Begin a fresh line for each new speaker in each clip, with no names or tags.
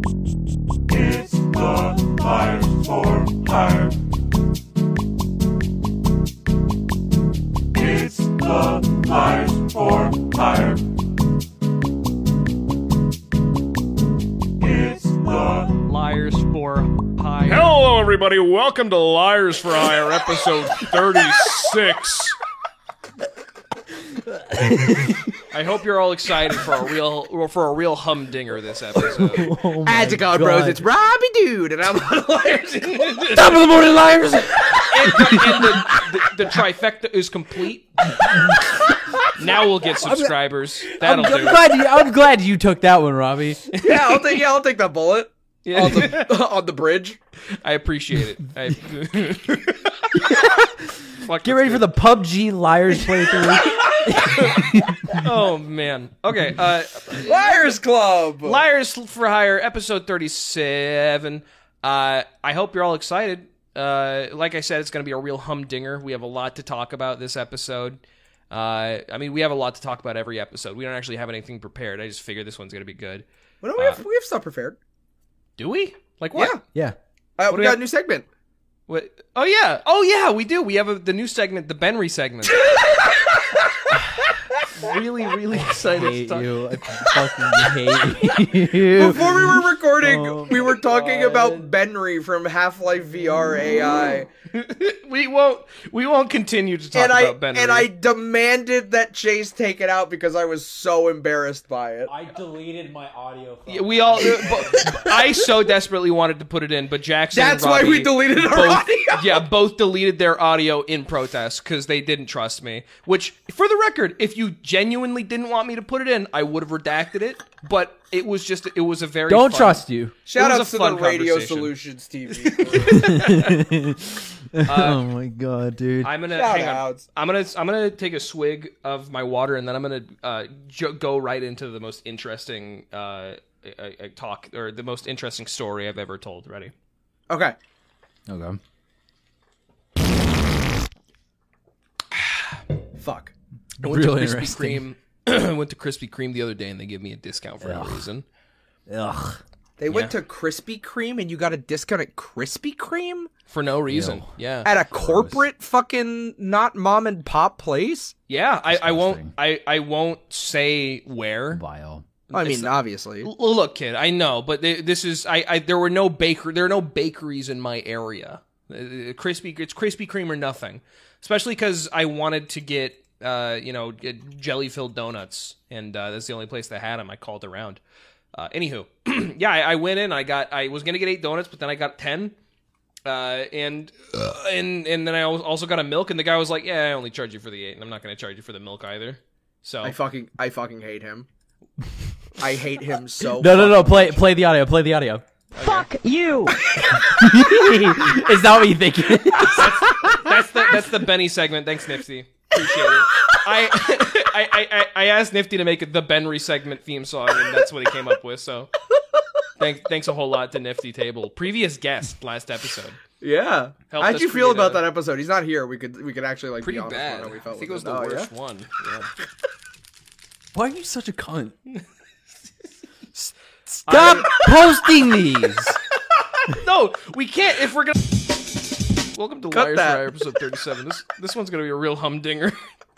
It's the Liars for Hire. It's the Liars for Hire. It's the
Liars for hire.
Hello, everybody. Welcome to Liars for Hire, episode 36. I hope you're all excited for a real for a real humdinger this episode.
Magic God, Bros, it's Robbie Dude, and I'm
Top of the morning, liars. And, the, and the, the, the trifecta is complete. now we'll get subscribers. That'll
I'm
do. it.
glad, you, I'm glad you took that one, Robbie.
yeah, I'll take yeah, I'll take that bullet on
Yeah,
the on the bridge.
I appreciate it. I, Fuck,
Get ready for the PUBG Liars playthrough.
oh man. Okay. Uh,
Liars Club.
Liars for Hire, episode 37. Uh, I hope you're all excited. Uh, like I said, it's going to be a real humdinger. We have a lot to talk about this episode. Uh, I mean, we have a lot to talk about every episode. We don't actually have anything prepared. I just figured this one's going to be good.
Well, no, we
Ah.
have we have stuff prepared.
Do we? Like what?
Yeah.
yeah.
Uh,
do
we
we
got
have-
a new segment.
What? Oh yeah. Oh yeah. We do. We have a, the new segment, the Benry segment. really, really excited. to
hate
talk-
you. I fucking hate you.
Before we were recording,
Oh,
we were talking
God.
about Benry from Half Life VR AI,
We won't. We won't continue to talk
and I
about Benry.
and I demanded that Chase take it out because I was so embarrassed by it.
I deleted my audio.
Yeah, We all. uh, but I so desperately wanted to put it in, but Jackson. and
That's why we
Robbie
deleted our
both-
audio.
Yeah, both deleted their audio in protest because they didn't trust me. Which, for the record, if you genuinely didn't want me to put it in, I would have redacted it. But it was just. It was a very.
Don't
fun-
trust you.
Shout
It was
outs
a
to the
fun
Radio
conversation.
Solutions TV.
oh my god, dude.
I'm gonna
Shout
hang on.
outs.
I'm gonna I'm gonna take a swig of my water and then I'm gonna uh, jo- go right into the most interesting uh, uh, uh, talk or the most interesting story I've ever told. Ready?
okay.
okay.
Fuck.
I went
Really
to Krispy
interesting.
Kreme. I went to Krispy Kreme the other day and they gave me a discount for no reason.
Ugh.
They went to Krispy Kreme and you got a discount at Krispy Kreme?
For no reason. Yeah.
At a corporate fucking not mom and pop place?
yeah, I, I won't
Disgusting.
I, I won't say where.
Vile.
I mean, obviously.
L- look, kid, I know, but th- this is I, I there were no baker there are no bakeries in my area. Uh, Krispy it's Krispy Kreme or nothing. Especially cuz I wanted to get uh, you know, jelly filled donuts, and uh, that's the only place that had them. I called around. Uh, anywho, yeah, I, I went in. I got. I was gonna get eight donuts, but then I got ten, uh, and uh, and and then I al- also got a milk. And the guy was like, "Yeah, I only charge you for the eight, and I'm not gonna charge you for the milk either." So
I fucking I fucking hate him. I hate him so
No, no, no. Play, play the audio. Play the audio.
Fuck you!
Is that what you think? it is?
That's the that's the Benny segment. Thanks, Nifty. Appreciate it. I, I I I asked Nifty to make the Benry segment theme song, and that's what he came up with. So, thanks thanks a whole lot to Nifty Table, previous guest last episode.
Yeah.
Helped
How'd
us
you feel
create
about
a-
that episode? He's not here. We could we could actually like
Pretty
be honest about
bad.
how we
I
felt
think it was
with
the
Oh, yeah?
worst one. Yeah.
Why are you such a cunt? S- Stop posting these.
No, we can't. If we're gonna. Welcome to
Cut
Liars
that.
Fry episode thirty-seven. This this one's gonna be a real humdinger.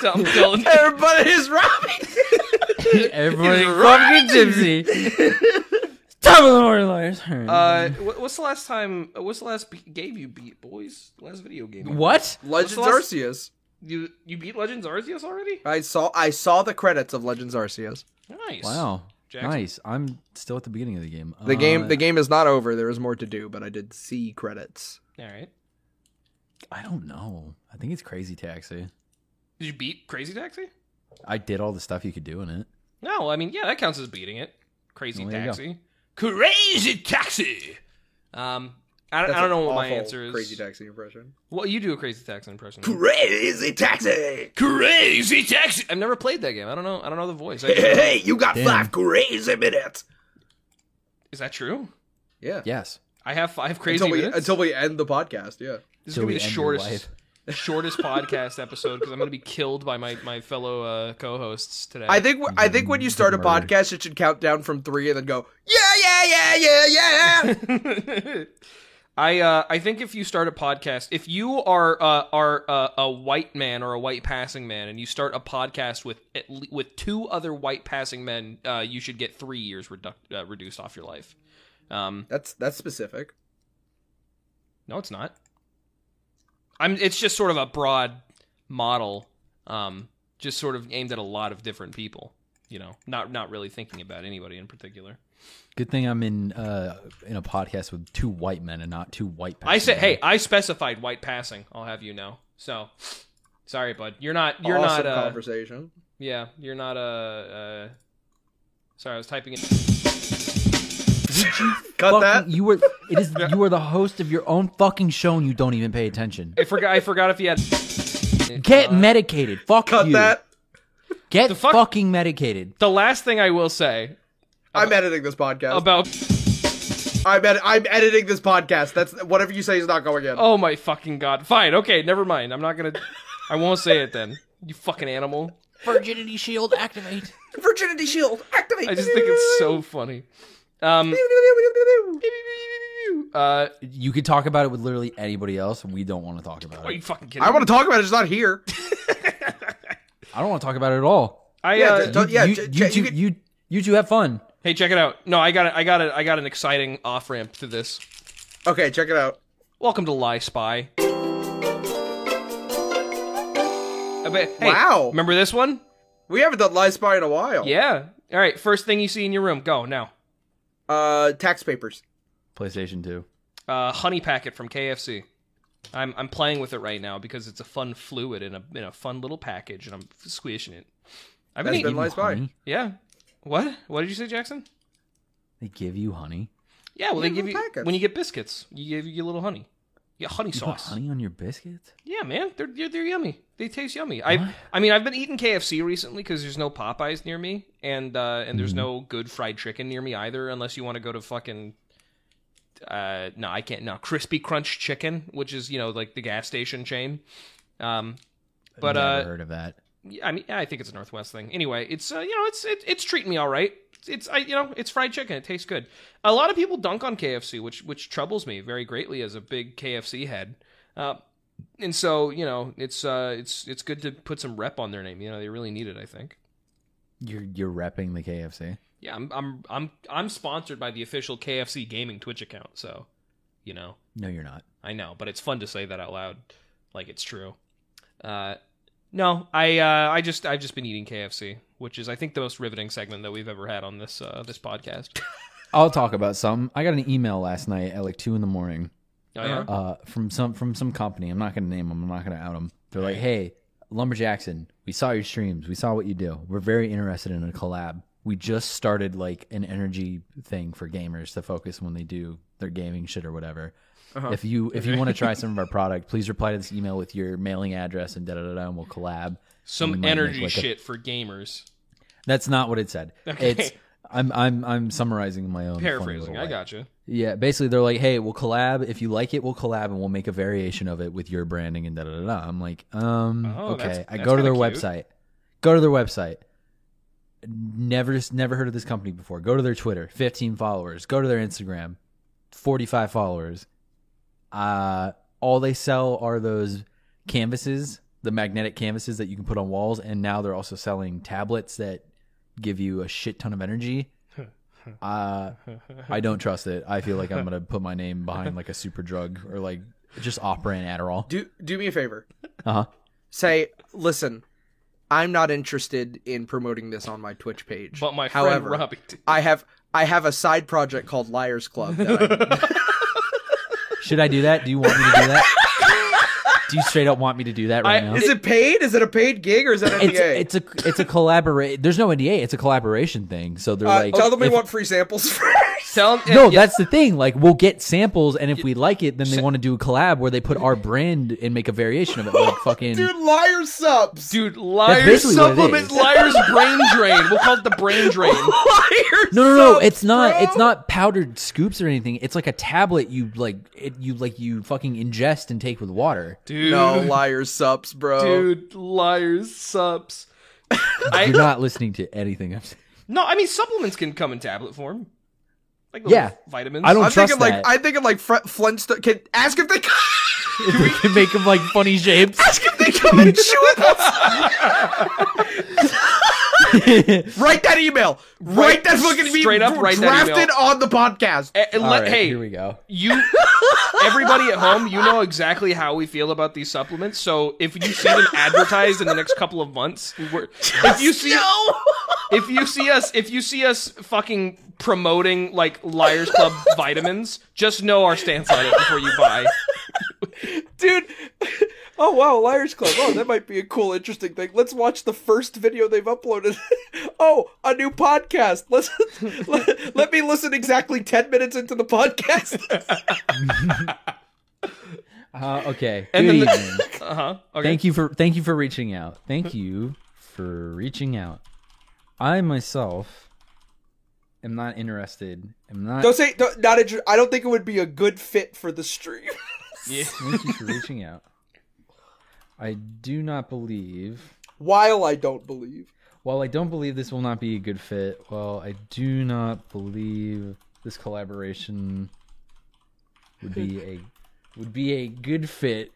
Tom Dylan.
Everybody is robbing.
Everybody fucking gypsy. Top of the morning, liars.
Uh, wh- what's the last time? What's the last be- game you beat, boys? Last video game. you
what?
Legends
What's
Arceus.
beat? You you beat Legends Arceus already?
I saw I saw the credits of Legends Arceus.
Nice.
Wow.
Jackson.
Nice. I'm still at the beginning of the game.
Oh,
Uh,
The game the game is not over. There is more to do, but I did see credits.
All right.
I don't know. I think it's Crazy Taxi.
Did you beat Crazy Taxi?
I did all the stuff you could do in it.
No, I mean, yeah, that counts as beating it. Crazy
Well, there you
Taxi. Crazy Taxi. Um, I, I
That's
don't know
an
what my
awful
answer is.
Crazy taxi impression.
Well, you do a Crazy Taxi impression.
Crazy taxi.
Crazy Taxi. I've never played that game. I don't know. I don't know the voice. I-
Hey, you got
Damn.
five crazy minutes.
Is that true?
Yeah.
Yes.
I have five crazy
Until we,
minutes.
until we end the podcast, yeah.
this is
Till
gonna be
we
the
end your
shortest.
life.
shortest podcast episode because I'm going to be killed by my my fellow uh, co-hosts today.
I think I think when you start a
Murdered.
podcast, it should count down from three and then go yeah yeah yeah yeah yeah.
I uh, I think if you start a podcast, if you are uh, are uh, a white man or a white passing man, and you start a podcast with at le- with two other white passing men, uh, you should get three years reduc- uh, reduced off your life. Um,
that's that's specific.
no, it's not. I'm. It's just sort of a broad model, um, just sort of aimed at a lot of different people. You know, not not really thinking about anybody in particular.
Good thing I'm in uh, in a podcast with two white men and not two white.
I said,
passing
hey,
men.
I specified white passing. I'll have you know. So, sorry, bud. You're not. You're
awesome
not. Uh,
conversation.
yeah, you're not. Uh, uh, sorry, I was typing in.
Cut that.
Fucking- you were it is you are the host of your own fucking show and you don't even pay attention.
I forgot. I forgot if you had.
Get
Uh,
medicated. Fuck
Cut
you.
that.
Get
The fuck-
fucking medicated.
The last thing I will say
I'm editing this podcast.
about.
I'm ed- I'm editing this podcast. That's whatever you say is not going in.
Oh my fucking god! Fine. Okay. Never mind. I'm not gonna. I won't say it then. You fucking animal.
Virginity shield activate.
Virginity Shield, activate.
I just think it's so funny. Um. Uh.
You could talk about it with literally anybody else, and we don't want to talk about
Are you
it.
fucking kidding?
I
me?
want to talk about it. It's not here.
I don't want to talk about it at all.
I,
Yeah,
uh,
d- Don't- yeah,
you,
j-
you,
j-
two,
you could-
you, you two have fun.
Hey, check it out. No, I got it. I got it. I got an exciting off ramp to this.
Okay, check it out.
Welcome to Lie Spy. I bet- hey,
Wow.
Remember this one?
We haven't done Lie Spy in a while.
Yeah. All right. First thing you see in your room, go now.
Uh, tax papers.
PlayStation Two.
Uh, honey packet from KFC. I'm I'm playing with it right now because it's a fun fluid in a in a fun little package, and I'm squishing it. I've been
That's
eating.
been Lies Spy.
Honey?
yeah. What? What did you say, Jackson?
They give you honey.
Yeah. Well, they
Yeah,
give you
little packets.
when you get biscuits, you give you a little honey. Yeah, honey
You put
sauce.
honey on your biscuit.
Yeah, man, they're they're, they're yummy. They taste yummy. I I mean, I've been eating KFC recently because there's no Popeyes near me, and uh, and
Mm-hmm.
there's no good fried chicken near me either, unless you want to go to fucking. Uh, no, I can't. No, Crispy Crunch Chicken, which is you know like the gas station chain. Um, but
Never
uh,
heard of that.
yeah, I mean, yeah, I think it's a Northwest thing. Anyway, it's uh, you know, it's it, it's treating me all right. It's- It's I you know, it's fried chicken. It tastes good. A lot of people dunk on KFC, which which troubles me very greatly as a big KFC head. Uh, and so you know, it's uh, it's it's good to put some rep on their name. You know, they really need it. I think.
You're you're repping the KFC.
Yeah, I'm I'm I'm I'm sponsored by the official KFC gaming Twitch account, so you know.
No, you're not.
I know, but it's fun to say that out loud, like it's true. Uh, no, I uh, I just I've just been eating KFC, which is I think the most riveting segment that we've ever had on this uh, this podcast.
I'll talk about some. I got an email last night at like two in the morning.
Oh, yeah?
uh, from some from some company. I'm not gonna name them. I'm not gonna out them. They're like, hey, Lumberjackson, we saw your streams. We saw what you do. We're very interested in a collab. We just started like an energy thing for gamers to focus when they do their gaming shit or whatever.
Uh-huh.
If you if you want to try some of our product, please reply to this email with your mailing address and da da da da, and we'll collab. we
Some
might
energy
make, like, a-
shit for gamers.
That's not what it said.
Okay.
It's I'm I'm I'm summarizing my own funny
Paraphrasing,
little
I
way.
gotcha.
Yeah, basically they're like, "Hey, we'll collab. If you like it, we'll collab and we'll make a variation of it with your branding and da da da." da." I'm like, um,
Oh,
okay.
that's-
I
that's
go to their
kinda cute.
website. Go to their website. Never never heard of this company before. Go to their Twitter, 15 followers. Go to their Instagram, 45 followers. Uh, all they sell are those canvases, the magnetic canvases that you can put on walls, and now they're also selling tablets that give you a shit ton of energy. Uh, I don't trust it. I feel like I'm gonna put my name behind like a super drug or like just Opera and Adderall.
Do do me a favor.
Uh huh.
Say, listen, I'm not interested in promoting this on my Twitch page.
But my friend
However,
Robbie, did.
I have I have a side project called Liars Club. That I,
Should I do that? Do you want me to do that? do you straight up want me to do that right
I-
now?
is it paid? Is it a paid gig or is it an
It's
NDA?
it's a it's a collaborate. There's no NDA. It's a collaboration thing. So they're
uh,
like,
tell them we
if-
want free samples first.
Tell him,
No, that's the thing. Like, we'll get samples, and if we like it, then they want to do a collab where they put our brand and make a variation of it. Like, fucking,
Dude, liar subs.
dude, liars
basically what it
supplement
is.
liars brain drain. We'll call it the brain drain.
liar
no, no, no.
subs,
It's not.
bro.
It's not powdered scoops or anything. It's like a tablet you like. It you like you fucking ingest and take with water.
Dude, dude.
No liar sups, bro.
dude, liars, subs.
You're
I
not listening to anything I'm saying.
no, I mean supplements can come in tablet form, like little
Yeah.
vitamins.
I don't
I'm
trust
thinking like
that.
I think I'm like Fre- Flintstone. Can ask if they
we can make them like funny shapes.
ask if they come and chew it. Write that email. Write,
Write-
that fucking email.
straight up write that
drafted
email.
on the podcast.
A- and
All
let-
right,
Uh, hey,
here we go.
you everybody at home you know exactly how we feel about these supplements so if you see them advertised in the next couple of months we're, if you see
no.
if you see us if you see us fucking promoting like liars club vitamins just know our stance on it before you buy
dude. Oh wow, Liars Club. Oh, that might be a cool, interesting thing. Let's watch the first video they've uploaded. oh, a new podcast. Let's let, let me listen exactly ten minutes into the podcast.
Uh, okay.
And then
Good
the-
evening.
uh-huh okay
Thank you for thank you for reaching out. Thank you for reaching out. I myself am not interested. I'm not.
Don't say don't, not. Inter- I don't think it would be a good fit for the stream.
Thank you for reaching out. I do not believe.
While I don't believe,
While I don't believe this will not be a good fit, well, I do not believe this collaboration would be a would be a good fit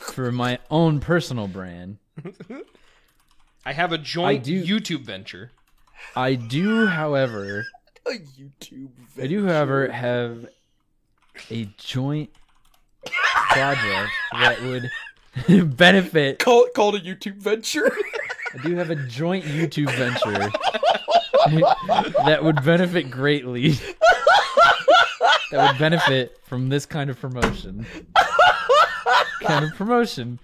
for my own personal brand.
i have a joint
I do-
youtube venture
I do, however,
a YouTube.
I do, however, have a joint project that would benefit.
Call it called a YouTube venture.
I do have a joint YouTube venture that would benefit greatly. That would benefit from this kind of promotion. kind of promotion.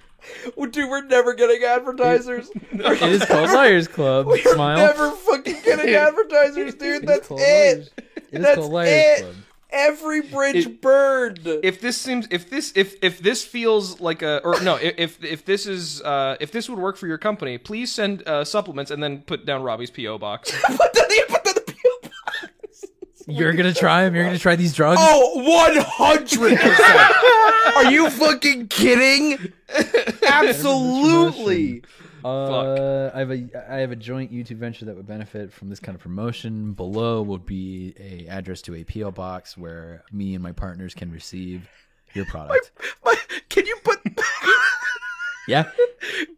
Well, dude, we're never getting advertisers.
It is called Liars Club.
We're
Smile.
never fucking getting advertisers,
It
dude.
is
That's
called Liars-
it.
It is
That's
called Liars
it.
Club.
Every bridge
It-
burned.
if this seems if this if if this feels like a or no if- if if this is uh if this would work for your company please send uh supplements and then put down robbie's po box
Put that in- put that in the peel-
You're gonna try him. You're gonna try these drugs.
Oh, 100%.
Are you fucking kidding?
Absolutely.
Uh, I have a I have a joint YouTube venture that would benefit from this kind of promotion. Below would be a address to a PO box where me and my partners can receive your product.
My, can you put?
yeah,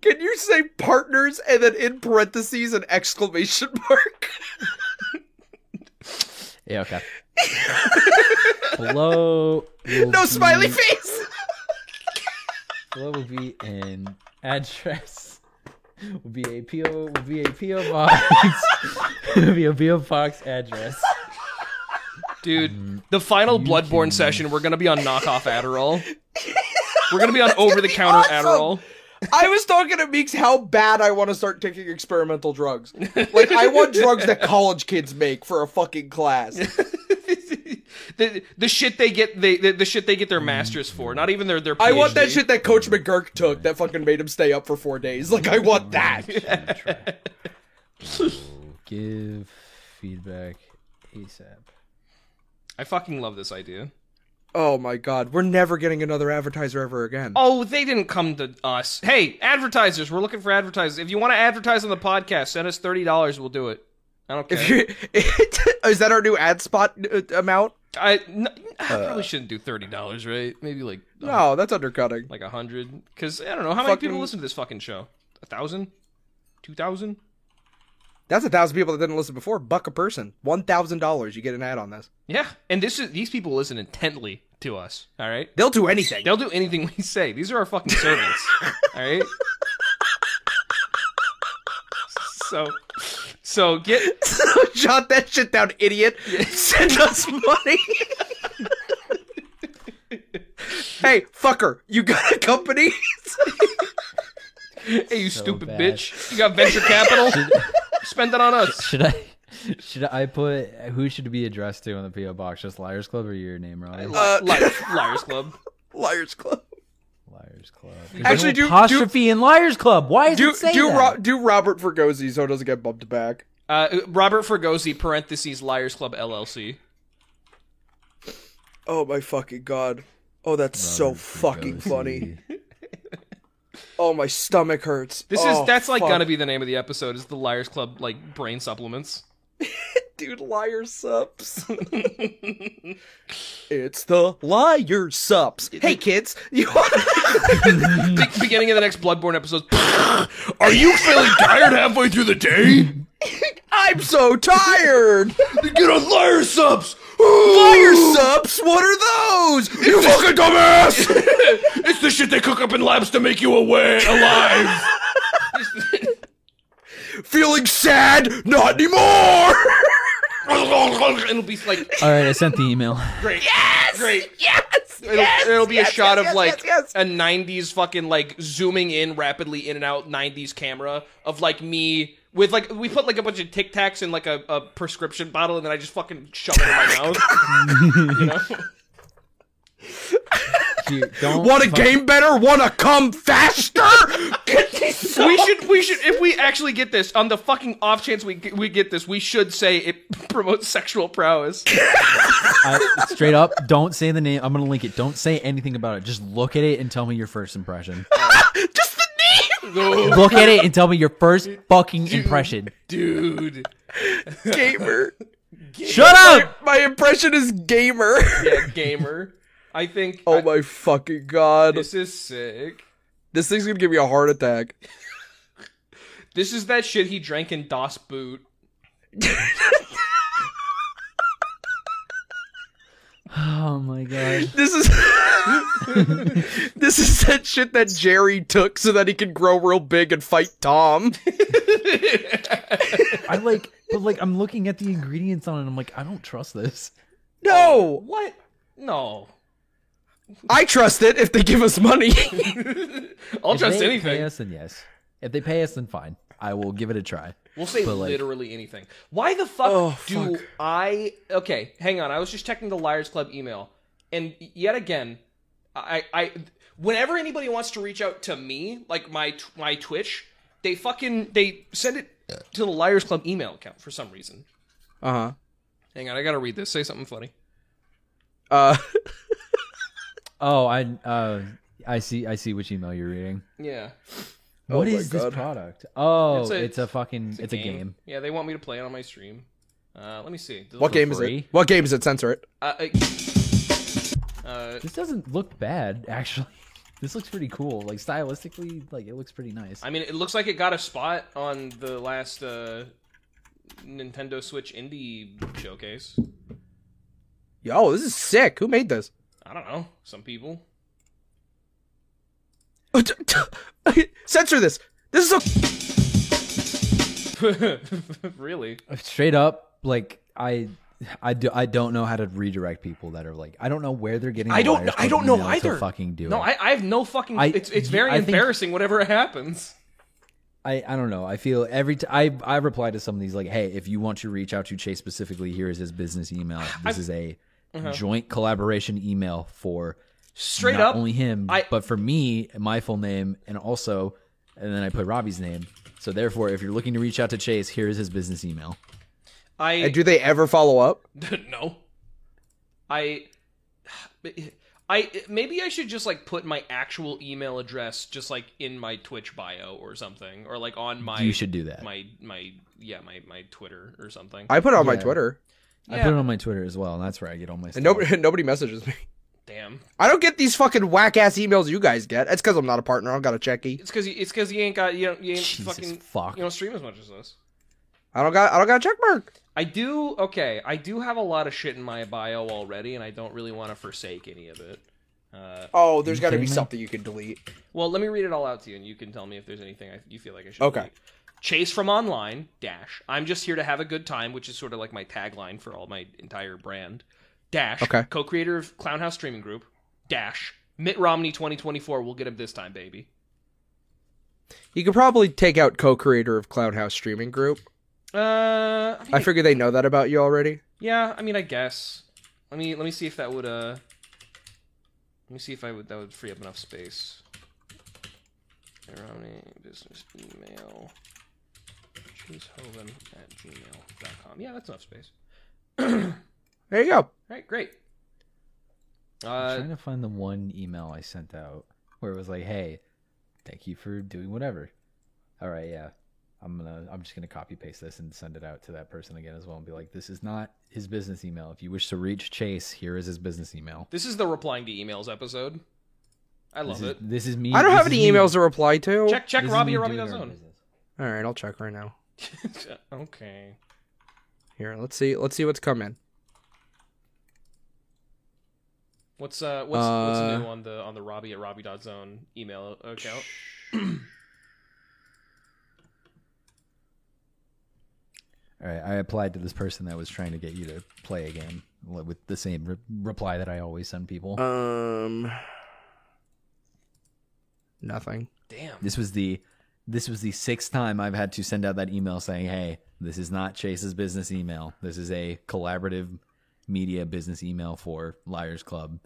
Can you say partners and then in parentheses an exclamation mark?
yeah, okay. Below will
No smiley
be-
face.
Below will be an address. Will be a PO. Will be a PO box. will be a PO box address.
Dude, the final Bloodborne
can-
session, we're gonna be on knockoff Adderall. we're gonna be on over the counter
awesome.
Adderall.
I was talking to Meeks how bad I want to start taking experimental drugs. Like, I want drugs that college kids make for a fucking class.
the, the shit they get they the, the shit they get their masters for. Not even their their. PhD.
I want that shit that Coach McGurk took that fucking made him stay up for four days. Like, I want that.
Give feedback ASAP.
I fucking love this idea.
Oh my god, we're never getting another advertiser ever again.
Oh, they didn't come to us. Hey, advertisers, we're looking for advertisers. If you want to advertise on the podcast, send us thirty dollars. We'll do it. I don't
If
care.
you is that our new ad spot uh, amount?
I, n- I probably shouldn't do thirty dollars, right? Maybe like a hun-
Uh, No, that's undercutting.
like a hundred. Because I don't know how many people
Fucking-
listen to this fucking show. A thousand, two thousand.
That's a thousand people that didn't listen before. Buck a person, one thousand dollars. You get an ad on this.
Yeah, and this is these people listen intently to us. All right,
They'll do anything.
they'll do anything we say. These are our fucking servants. all right. So, so get
Jot that shit down, idiot. Send us money. hey, fucker, you got a company?
hey, you
So
stupid
bad.
bitch. You got venture capital. Spend it on us.
Should I? Should I put who should it be addressed to on the PO box? Just Liars Club or your name, Riley?
Li-
Uh,
li- liars Club.
Liars Club.
Liars Club. There's
Actually,
no
do-
apostrophe in Liars Club. Why is
Do
it say
do
that?
Ro- do Robert Fergozzi so it doesn't get bumped back.
Uh, Robert Fergozzi parentheses Liars Club LLC.
Oh, my fucking God.
Oh, that's so fucking funny. Oh, my stomach hurts.
This
Oh,
is that's like
fuck.
gonna be the name of the episode. Is the Liars Club like brain supplements?
dude liar subs. it's the liar subs.
Hey kids, you want
Be- beginning of the next Bloodborne episode. Are you feeling tired halfway through the day?
I'm so tired.
Then Get on Liar Subs.
liar subs. What are those?
You fucking dumbass! it's the shit they cook up in labs to make you away alive.
Feeling sad? Not anymore.
It'll be like
All right, I sent the email.
great, yes, great, yes. It'll, it'll be a shot of like a '90s fucking like zooming in rapidly in and out '90s camera of like me with like we put like a bunch of Tic Tacs in like a, a prescription bottle and then I just fucking shove it in my mouth. you know?
Dude, don't
Want a
fuck-
game better? Want to come faster?
we should we should if we actually get this on the fucking off chance we we get this we should say it promotes sexual prowess.
I, straight up, don't say the name. I'm gonna link it. Don't say anything about it. Just look at it and tell me your first impression.
Just the name.
look at it and tell me your first fucking impression.
Dude.
Gamer.
Shut up.
My impression is gamer.
Yeah, gamer. I think
Oh
I-
my fucking god.
this is sick.
This thing's gonna give me a heart attack.
This is that shit he drank in Das Boot.
Oh my god.
This is This is that shit that Jerry took so that he could grow real big and fight Tom.
I like, but like, I'm looking at the ingredients on it. and I'm like, I don't trust this.
No!
What? No.
I trust it if they give us money.
I'll
If
trust
they
anything.
Pay us, then yes. If they pay us, then fine. I will give it a try.
We'll say
But, like-
literally anything. Why the fuck
Oh,
do
fuck.
I? Okay, hang on. I was just checking the Liars Club email, and yet again, I, I, whenever anybody wants to reach out to me, like my tw- my Twitch, they fucking they send it to the Liars Club email account for some reason.
Uh-huh.
Hang on, I gotta read this. Say something funny.
Uh
Oh, I, uh, I see. I see which email you're reading.
Yeah,
What
Oh my
is
God.
this product? Oh,
It's
it's
a-
a, fucking. It's a, game.
Yeah, they want me to play it on my stream. Uh, let me see.
what game is it?
free?
What game is it? Censor it.
Uh, uh, uh,
This doesn't look bad, actually. This looks pretty cool. Like stylistically, like it looks pretty nice.
I mean, it looks like it got a spot on the last uh, Nintendo Switch indie showcase.
Yo, this is sick. Who made this?
I don't know. Some people.
Censor this. This is
really?
Straight up, like I. I do. I don't know how to redirect people that are like. I don't know where they're getting.
I
the
don't
wires
kn- I
from
don't know
email to
either.
Fucking do
No,
it.
I, I have no fucking.
I-
it's it's very
I think-
embarrassing. Whatever happens.
I, I don't know. I feel every t- I I reply to some of these like, hey, if you want to reach out to Chase specifically, here is his business email. This is a joint collaboration email for
Uh-huh. Straight
not
up.
only him,
I-
but for me, my full name, and also, and then I put Robbie's name. So therefore, if you're looking to reach out to Chase, here is his business email.
I
a Do they ever follow up?
no. I. I maybe I should just like put my actual email address just like in my Twitch bio or something or like on my
you should do that.
my my yeah my my Twitter or something.
I put it on my
Yeah.
Twitter.
I put it on my Twitter as well, and that's where I get all my stuff.
And nobody nobody messages me.
Damn.
I don't get these fucking whack ass emails you guys get. That's because I'm not a partner. I don't got a checky.
It's because it's because you ain't got you don't you ain't
Jesus
fucking
fuck.
you don't stream as much as us.
I don't got. I don't got a check mark.
I do okay. I do have a lot of shit in my bio already, and I don't really want to forsake any of it. Uh,
Oh, there's
You
got to
kidding
be
me?
something you can delete.
well, let me read it all out to you, and you can tell me if there's anything I, you feel like I should.
Okay.
delete. Chase from online dash. I'm just here to have a good time, which is sort of like my tagline for all my entire brand. Dash.
Okay.
Co-creator of Clownhouse Streaming Group. Dash. Mitt Romney 2024. We'll get him this time, baby.
You could probably take out co-creator of Clown House Streaming Group.
Uh, I, think
I figure they know that about you already.
Yeah, I mean, I guess. Let me let me see if that would uh. Let me see if I would that would free up enough space. Romney business email. Chasehoven at gmail.com. Yeah, that's enough space.
There you go.
All right, great.
I'm
Uh,
trying to find the one email I sent out where it was like, "Hey, thank you for doing whatever." All right, yeah. I'm gonna. I'm just gonna copy paste this and send it out to that person again as well, and be like, "This is not his business email. If you wish to reach Chase, here is his business email."
this is the replying to emails episode. I love
this is,
it.
This is me.
I don't
this
have
is
any
me-
emails to reply to.
Check check
this is
Robbie
me
or Robbie
doing
does
our
own.
business.
All right, I'll check right now.
okay.
Here, let's see. Let's see what's coming.
What's uh what's what's
Uh,
new on the on the Robbie at Robbie dot zone email account?
All right, I applied to this person that was trying to get you to play a game li- with the same re- reply that I always send people.
Um, nothing.
Damn.
This was the this was the sixth time I've had to send out that email saying, "Hey, this is not Chase's business email. This is a collaborative media business email for Liars Club,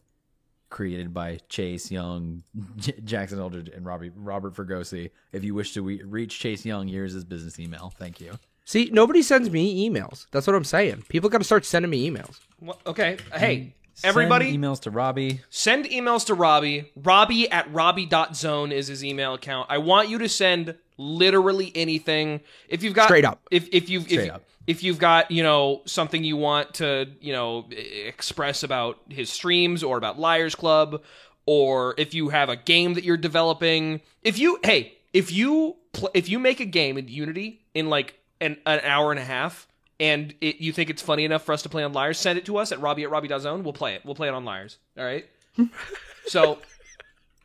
created by Chase Young, J- Jackson Eldridge, and Robbie Robert Fergosi. If you wish to we reach Chase Young, here's his business email. Thank you."
See, nobody sends me emails. That's what I'm saying. People got to start sending me emails.
What- okay. Hey,
Send
everybody
emails to Robbie.
Send emails to Robbie. Robbie at Robbie.zone is his email account. I want you to send literally anything. If you've got
Straight up.
If if you've
Straight
if,
up.
if you've got, you know, something you want to, you know, e- express about his streams or about Liars Club, or if you have a game that you're developing. If you hey, if you pl- if you make a game in Unity in like an, an hour and a half and it, you think it's funny enough for us to play on Liars, send it to us at Robbie at Robbie.zone. We'll play it. We'll play it on Liars. All right. So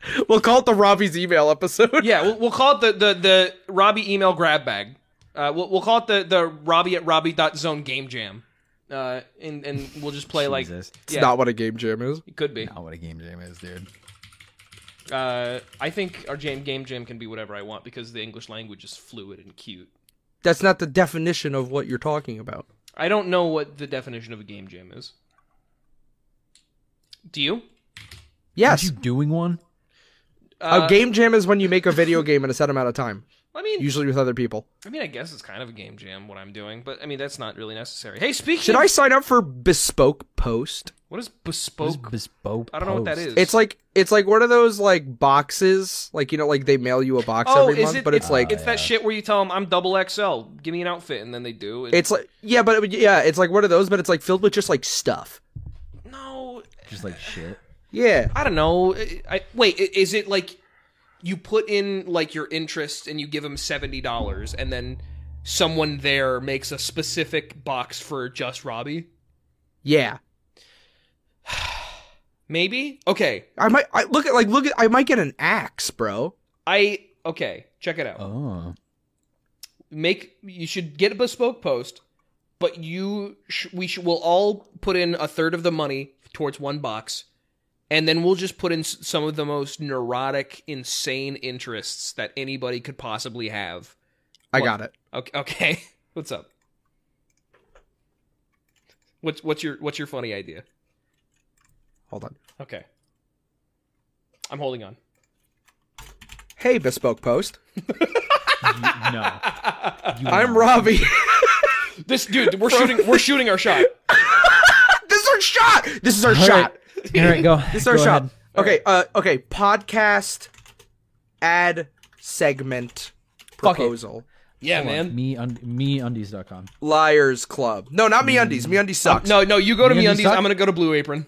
We'll call it the Robbie's email episode.
yeah, we'll, we'll call it the, the, the Robbie email grab bag. Uh, we'll, we'll call it the, the Robbie at Robbie dot zone game jam. Uh, and, and we'll just play like
Jesus.
It's
yeah,
not what a game jam is.
it could be.
Oh, what a game jam is, dude.
Uh, I think our jam game jam can be whatever I want because the English language is fluid and cute.
That's not the definition of what you're talking about.
I don't know what the definition of a game jam is. Do you?
Aren't
Yes,
you doing one?
Uh,
a game jam is when you make a video game in a set amount of time,
I mean,
usually with other people.
I mean, I guess it's kind of a game jam what I'm doing, but I mean that's not really necessary. Hey, speaking,
Should I sign up for Bespoke Post?
What is
This
bespoke?
bespoke.
I don't know what that
post.
is.
It's like it's like one of those like boxes, like you know, like they mail you a box
Oh,
every
is
month,
it?
but it's like
Uh,
it's that shit where you tell them I'm double XL, give me an outfit, and then they do. And
It's like yeah, but it- yeah, it's like one of those, but it's like filled with just like stuff.
no,
Just like shit.
Yeah,
I don't know. I, I wait. i- Is it like you put in like your interest and you give them seventy dollars, and then someone there makes a specific box for just Robbie?
yeah.
Maybe. Okay.
I might I look at like look at I might get an axe, bro.
I okay. Check it out.
Oh,
make you should get a bespoke post but you sh- we sh- will all put in a third of the money towards one box and then we'll just put in s- some of the most neurotic insane interests that anybody could possibly have
I
What?
got it.
okay, okay. what's up what's what's your what's your funny idea
Hold on.
okay i'm holding on
Hey, bespoke post.
no. Uh,
I'm Robbie.
this dude we're shooting we're shooting our shot
this is our shot. This is our
All
shot.
right. All right, go.
This is our
go
shot.
ahead.
Okay. Uh. Okay. Podcast ad segment
Fuck it.
proposal.
yeah
Hold on.
man
Me und- meundies.com.
Liars Club. No, not me undies. Me undies sucks.
Mm. Oh, no no you go to me
MeUndies
undies i'm
suck?
gonna go to blue apron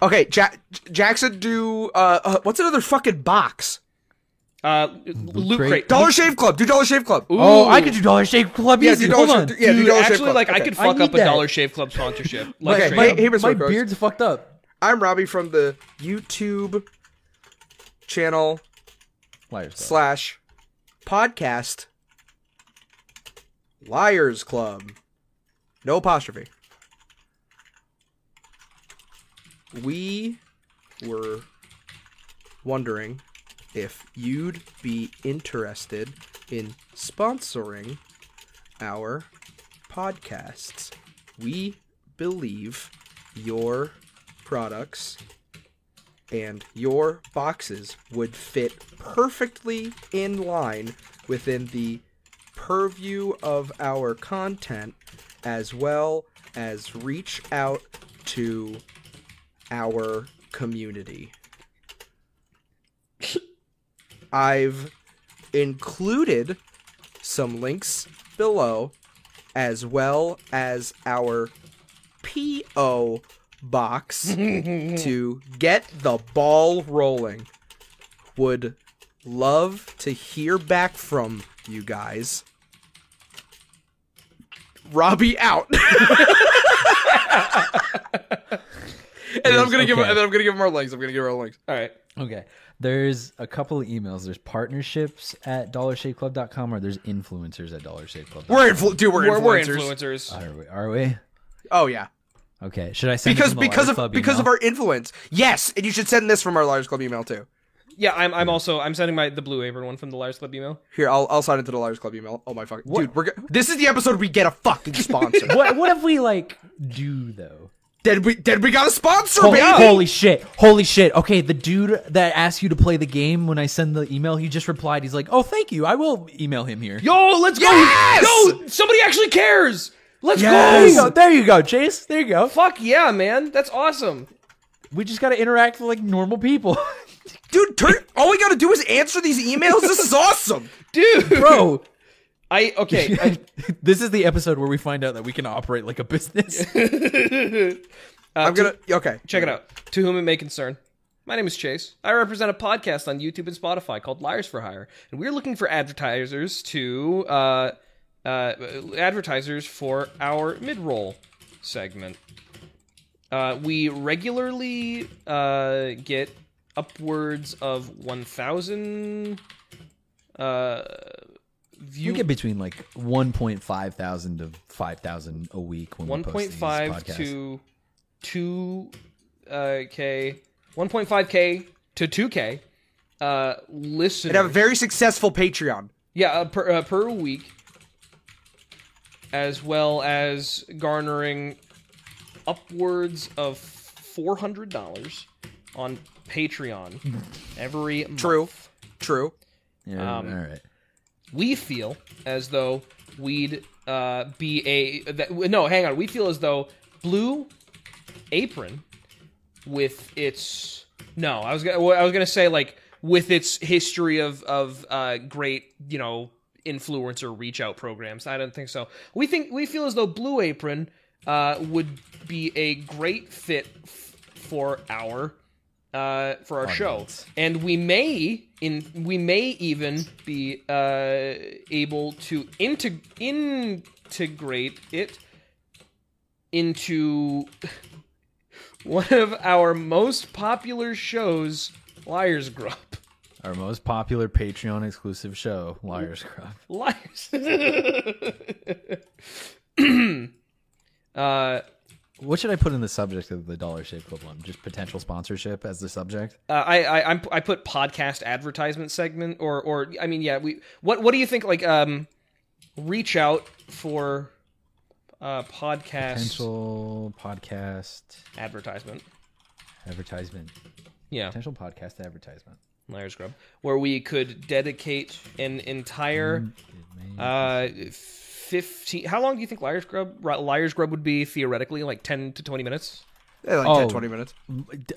Okay, ja- J- Jackson. Do uh, uh. What's another fucking box?
Uh, loot
Crate?
crate.
Dollar Shave Club. Do Dollar Shave Club.
Oh, I could do Dollar Shave Club
Yeah,
easy.
do
Hold
Dollar
on.
Shave. do- Yeah, do
Dude,
Dollar Shave
actually,
Club.
like I
Okay.
could fuck
need
up a
that.
Dollar Shave Club sponsorship. Like,
Okay,
straight
My,
Hey,
up.
hey, Mr.
my
Gross.
beard's fucked up.
I'm Robbie from the YouTube channel
Liars Club.
slash podcast Liars Club. No apostrophe. We were wondering if you'd be interested in sponsoring our podcasts. We believe your products and your boxes would fit perfectly in line within the purview of our content as well as reach out to our community. I've included some links below, as well as our P.O. box to get the ball rolling. Would love to hear back from you guys. Robbie out.
And then I'm gonna give.
Okay.
And then I'm gonna give him our links. I'm gonna give him our links.
All right.
Okay. There's a couple of emails. There's partnerships at dollarshaveclub.com or there's influencers at dollarshaveclub.com.
We're influ- dude, we're
We're,
influencers.
we're influencers.
Are we? Are we?
Oh yeah,
Okay. Should I send it
because
from the
because
Liars
of
Club
because of
email?
our influence. Yes, and you should send this from our Liars Club email too.
Yeah, I'm. I'm also. I'm sending my the blue apron one from the Liars Club email.
Here, I'll I'll sign into the Liars Club email. Oh my fuck, dude, we're go- this is the episode we get a fucking sponsor.
what what if we like do though?
Did we did we got a sponsor,
Holy,
baby?
holy shit. Holy shit. Okay, the dude that asked you to play the game when I send the email, he just replied. He's like, "Oh, thank you. I will email him here."
Yo, let's
Yes!
go. Yo, somebody actually cares. Let's
There you
Yes!
go.
go. There you go, Chase. There you go.
Fuck yeah, man. That's awesome.
We just got to interact with like normal people.
Dude, turn, all we gotta do is answer these emails. This is awesome.
Dude.
Bro,
I okay. I,
this is the episode where we find out that we can operate like a business. Uh,
I'm gonna okay.
Check it out. To whom it may concern. My name is Chase. I represent a podcast on YouTube and Spotify called Liars for Hire, and we're looking for advertisers to uh, uh, advertisers for our mid-roll segment. Uh, we regularly uh, get upwards of 1,000 uh,
You
view
get between like 1.5 thousand to 5 thousand a week when we post these
1.5
podcasts.
to um, 2 uh, k 1.5k to 2k uh
And have a
listeners
very successful Patreon.
yeah uh, per, uh, per week as well as garnering upwards of $400 on Patreon every month.
True. True.
Yeah,
um,
all right.
we feel as though we'd uh, be a that, no hang on we feel as though blue apron with its no i was gonna well, i was gonna say like with its history of of uh, great you know influencer reach out programs i don't think so we think we feel as though blue apron uh, would be a great fit f- for our uh, for our show,
Audience.
and we may in we may even be uh, able to integ- integrate it into one of our most popular shows, Liars Grub.
Our most popular Patreon exclusive show, Liars Club.
Liars. uh,
What should I put in the subject of the Dollar Shave Club one? Just potential sponsorship as the subject.
Uh, I I I'm, I put podcast advertisement segment or or I mean yeah we what what do you think like um reach out for uh podcast
Potential podcast
advertisement
advertisement.
yeah
Potential podcast advertisement.
Liars Grub where we could dedicate an entire uh fifteen how long do you think Liars Grub Ri- Liars Grub would be theoretically like ten to twenty minutes
Yeah, like
Oh.
10, 20 minutes.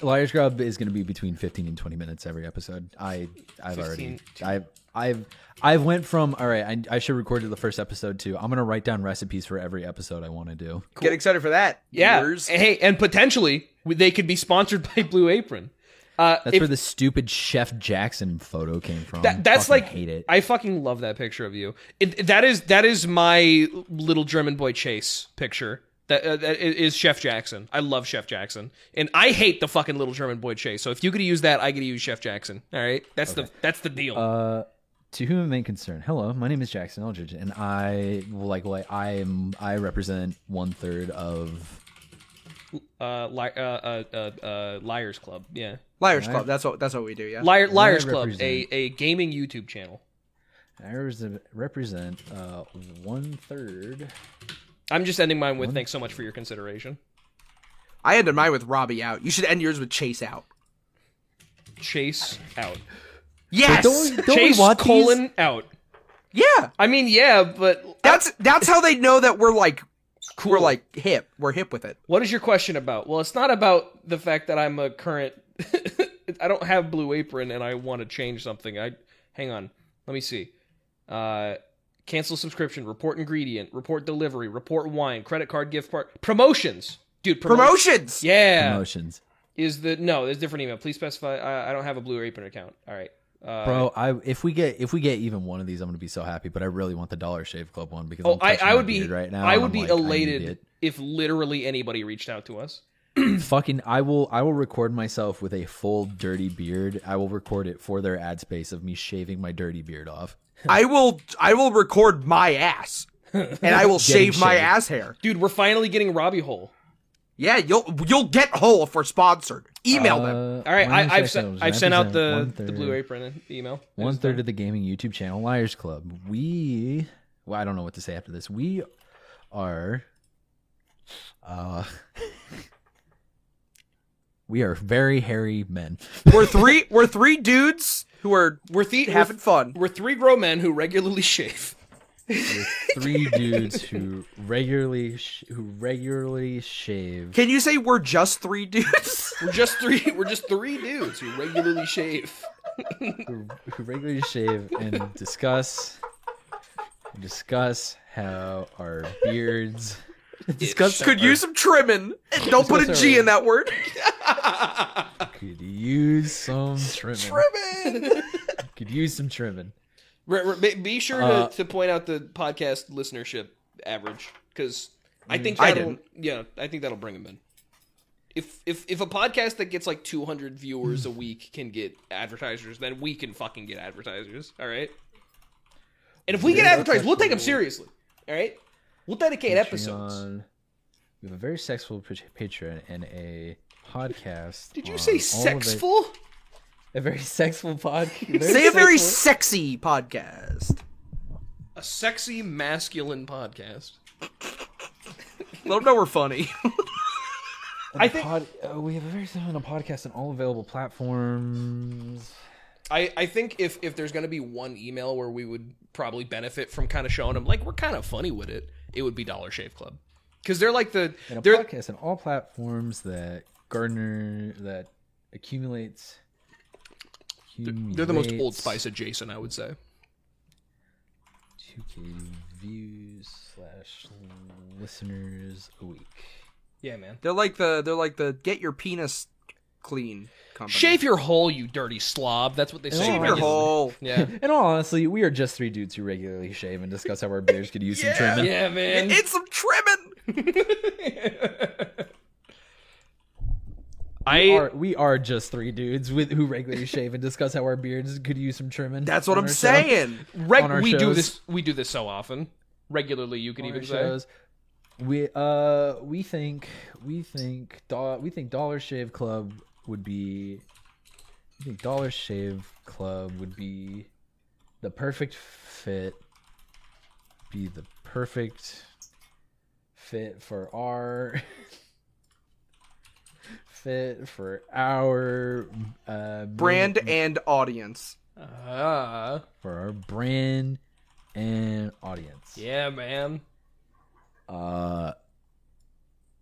Liars Grub is going to be between 15 and 20 minutes every episode. I I've already
15.
I've I've I've went from all right. I, I should record to the first episode too. I'm going to write down recipes for every episode I want to do.
Get excited for that.
yeah
viewers.
hey and potentially they could be sponsored by Blue Apron uh
That's where the stupid Chef Jackson photo came from.
That, that's
Fucking
like
hate it.
I fucking love that picture of you. It, that is that is my little German boy Chase picture. That, uh, that i- is Chef Jackson. I love Chef Jackson, and I hate the fucking little German boy Chase. So if you could use that, I could use Chef Jackson. All right, that's the that's the deal.
Uh, to whom it may concern. Hello, my name is Jackson Eldridge, and I well, like like I am I represent one third of
Uh, li- uh, uh, uh, uh, Liars Club, yeah,
Liars Club. That's what that's what we do. Yeah.
Liar, Liars
I
Club, a
represent-
a gaming YouTube channel.
I represent, represent uh one third.
I'm just ending mine with thanks so much for your consideration.
I ended mine with Robbie out. You should end yours with Chase out.
Chase out.
Yes.
Don't, don't
Chase
we want these?
colon out.
yeah.
I mean, yeah, but
That's that's how they know that we're like
Cool.
We're like hip. We're hip with it.
what is your question about? Well, it's not about the fact that I'm a current. I don't have Blue Apron, and I want to change something. I hang on. Let me see. Uh, cancel subscription. Report ingredient. Report delivery. Report wine. Credit card gift card. Promotions, dude. promo-
Promotions.
Yeah.
Promotions,
Is the no? There's different email. Please specify. I, I don't have a Blue Apron account. All right. Uh,
bro. I if we get if we get even one of these, I'm gonna be so happy. But I really want the Dollar Shave Club one because
Oh,
I'm
I,
touching
I
my
would be
beard right now.
I
and
would
I'm
be
like, I need
elated
it.
if literally anybody reached out to us.
fucking i will i will record myself with a full dirty beard i will record it for their ad space of me shaving my dirty beard off
I will. I will record my ass, and I will shave my
shaved.
ass hair.
Dude, we're finally getting Robbie Hole.
Yeah, you'll you'll get whole if we're sponsored. Email them.
Uh,
All right, I, I've sent I've sent out the the Blue Apron email.
one third of the gaming youtube channel liars club we well i don't know what to say after this we are uh we are very hairy men
We're three. We're three dudes who are
We're, the,
having fun.
we're, we're three grown men who regularly shave.
three dudes who regularly sh- who regularly shave
Can you say we're just three dudes?
We're just three. We're just three dudes who regularly shave.
who, who regularly shave and discuss discuss how our beards discuss
Could use some trimming. Don't put a G in that word.
could use some trimming. Could use some trimming.
Re- re- be- be sure
Uh,
to, to point out the podcast listenership average because I
Mm-hmm.
think
I
that'll yeah I think that'll bring them in. If if if a podcast that gets like 200 viewers a week can get advertisers, then we can fucking get advertisers. All right. And if we get advertised, we'll take them seriously. All right. We'll dedicate episodes.
Patreon. We have a very sexual pa- patron and a podcast.
Did you
on
say
all of it-
sexful?
A very sexual podcast.
Say a very sexy podcast.
A sexy masculine podcast.
Let them know we're funny.
I think uh, we have a very sexual podcast on all available platforms.
I, I think if, if there's going to be one email where we would probably benefit from kind of showing them like we're kind of funny with it, it would be Dollar Shave Club because they're like the
and a
they're
podcast on all platforms that garner that accumulates.
they're the most Old
accumulates
Spice adjacent, I would say.
2K views slash listeners a week.
Yeah, man.
They're like the they're like the get your penis clean company.
Shave your hole, you dirty slob. That's what they say.
Shave
Shave
your
your
regularly.
hole.
Yeah,
In all honestly, we are just three dudes who regularly shave and discuss how our beards could use some trimming.
yeah, man.
It's some trimming.
I
We are, we are just three dudes with who regularly shave and discuss how our beards could use some trimming.
That's what
on
I'm
our show-
saying.
on
reg-
our
we do
shows.
this we do this so often regularly. You could
on our
even say
shows. We uh we think we think do- we think Dollar Shave Club would be I think Dollar Shave Club would be the perfect fit be the perfect fit for our fit for our uh
Brand and audience.
uh,
for our brand and audience.
yeah, man.
Uh,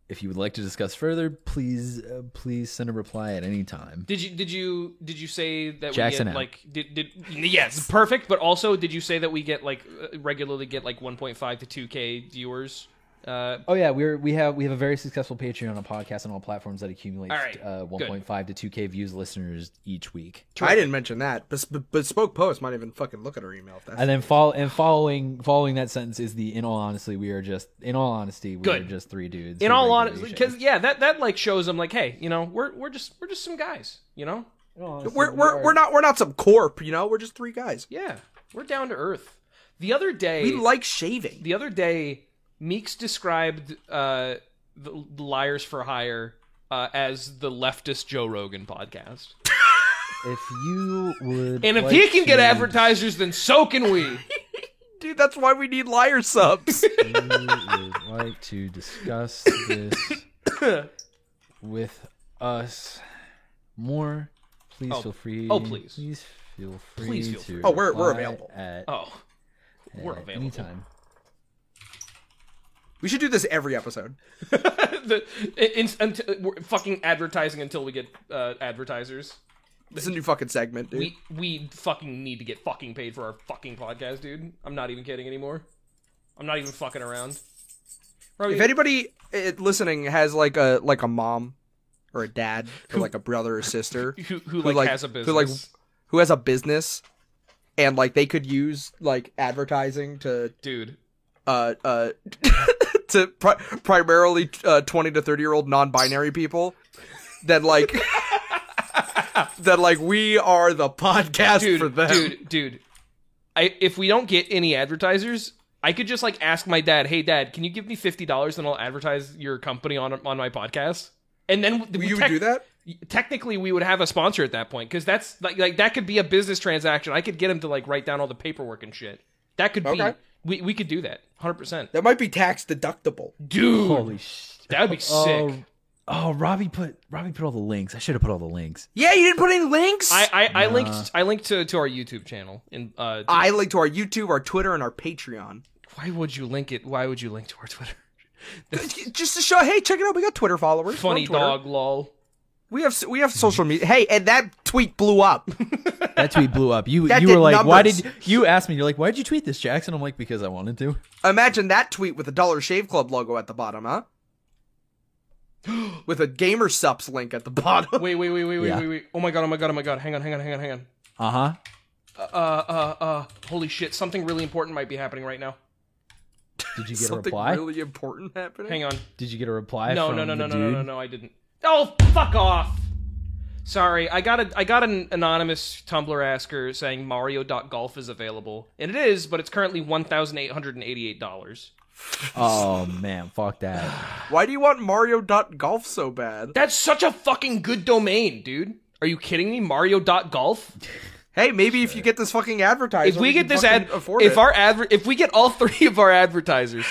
if you would like to discuss further, please uh, please send a reply at any time.
Did you did you did you say that
Jackson
we
M.
get like did did yes perfect? But also, did you say that we get like uh, regularly get like 1.5 to 2 k viewers? Uh,
Oh yeah, we're we have we have a very successful Patreon, a podcast on all platforms that accumulates
All right,
uh,
good.
1.5 to 2k views listeners each week.
I didn't mention that. Bes- b- bespoke post might even fucking look at her email if that's
And then follow and following following that sentence is the in all honesty we are just in all honesty we are
Good.
just three dudes.
in
who
all
regularly
honesty,
shave.
because yeah, that that like shows them like, hey, you know, we're we're just we're just some guys, you know,
In all honesty,
we're
we
we're,
are-
we're not we're not some corp, you know. We're just three guys.
yeah, we're down to earth. The other day,
We like shaving.
the other day, Meeks described uh, the, the Liars for Hire uh, as the leftist Joe Rogan podcast.
If you would,
And if
like
he can get
to-
advertisers, then so can we.
Dude, that's why we need liar subs.
you would like to discuss this with us more, please
Oh,
feel free.
oh, please.
Please feel free.
Please feel
to
free.
Oh, we're- we're
reply
available.
At,
Oh, we're
at
available.
Anytime.
We should do this every episode.
the, in, until, we're fucking advertising until we get uh, advertisers.
This is a new fucking segment, dude.
We we fucking need to get fucking paid for our fucking podcast, dude. I'm not even kidding anymore. I'm not even fucking around. Probably-
if anybody eh, listening has like a like a mom or a dad or like a brother or sister
who, who, like,
like-
has a
who,
business.
like, who has a business and like they could use like advertising to
dude.
uh uh to pri- primarily uh, 20 to 30 year old non-binary people then like that like we are the podcast
Dude,
for them
dude, dude. I if we don't get any advertisers, I could just like ask my dad, "Hey dad, can you give me $50 and I'll advertise your company on on my podcast?" And then we
you would
tec-
do that
technically we would have a sponsor at that point cuz that's like like that could be a business transaction. I could get him to like write down all the paperwork and shit. That could
Okay.
be we we could do that. 100%.
That might be tax deductible.
Dude,
Holy Oh, shit.
that would be sick.
Oh, Robbie put Robbie put all the links. I should have put all the links.
yeah you didn't put any links
I, I, I
Nah.
linked I linked to, to our YouTube channel and uh
I link to our youtube our twitter and our patreon
why would you link it? Why would you link to our Twitter?
just to show hey check it out we got twitter followers We're on
Funny
Twitter.
dog lol.
we have we have social media hey and that tweet blew up
That tweet blew up. You
That
you were
did
like, why
numbers.
did you asked me? You're like, why did you tweet this, Jackson? I'm like, because I wanted to.
imagine that tweet with the dollar shave club logo at the bottom huh with a gamer subs link at the bottom
Wait, wait, wait, wait, wait,
Yeah.
wait, wait. Oh my god, oh my god, oh my god. Hang on, hang on, hang on, hang on.
Uh huh.
Uh, uh, uh, holy shit, something really important might be happening right now.
Did you get a
something
reply?
really important happening.
Hang on.
Did you get a reply?
No,
from
no, no, no,
the
no, no,
dude?
no, no, I didn't. Oh, fuck off. Sorry, I got a I got an anonymous Tumblr asker saying Mario.golf is available. And it is, but it's currently $1,888.
Oh man, fuck that.
Why do you want Mario.golf so bad?
That's such a fucking good domain, dude. Are you kidding me? Mario.golf?
Hey, maybe if you get this fucking advertiser,
If we get
can
this
fucking
ad
afford
if
it.
our adver- if we get all 3 of our advertisers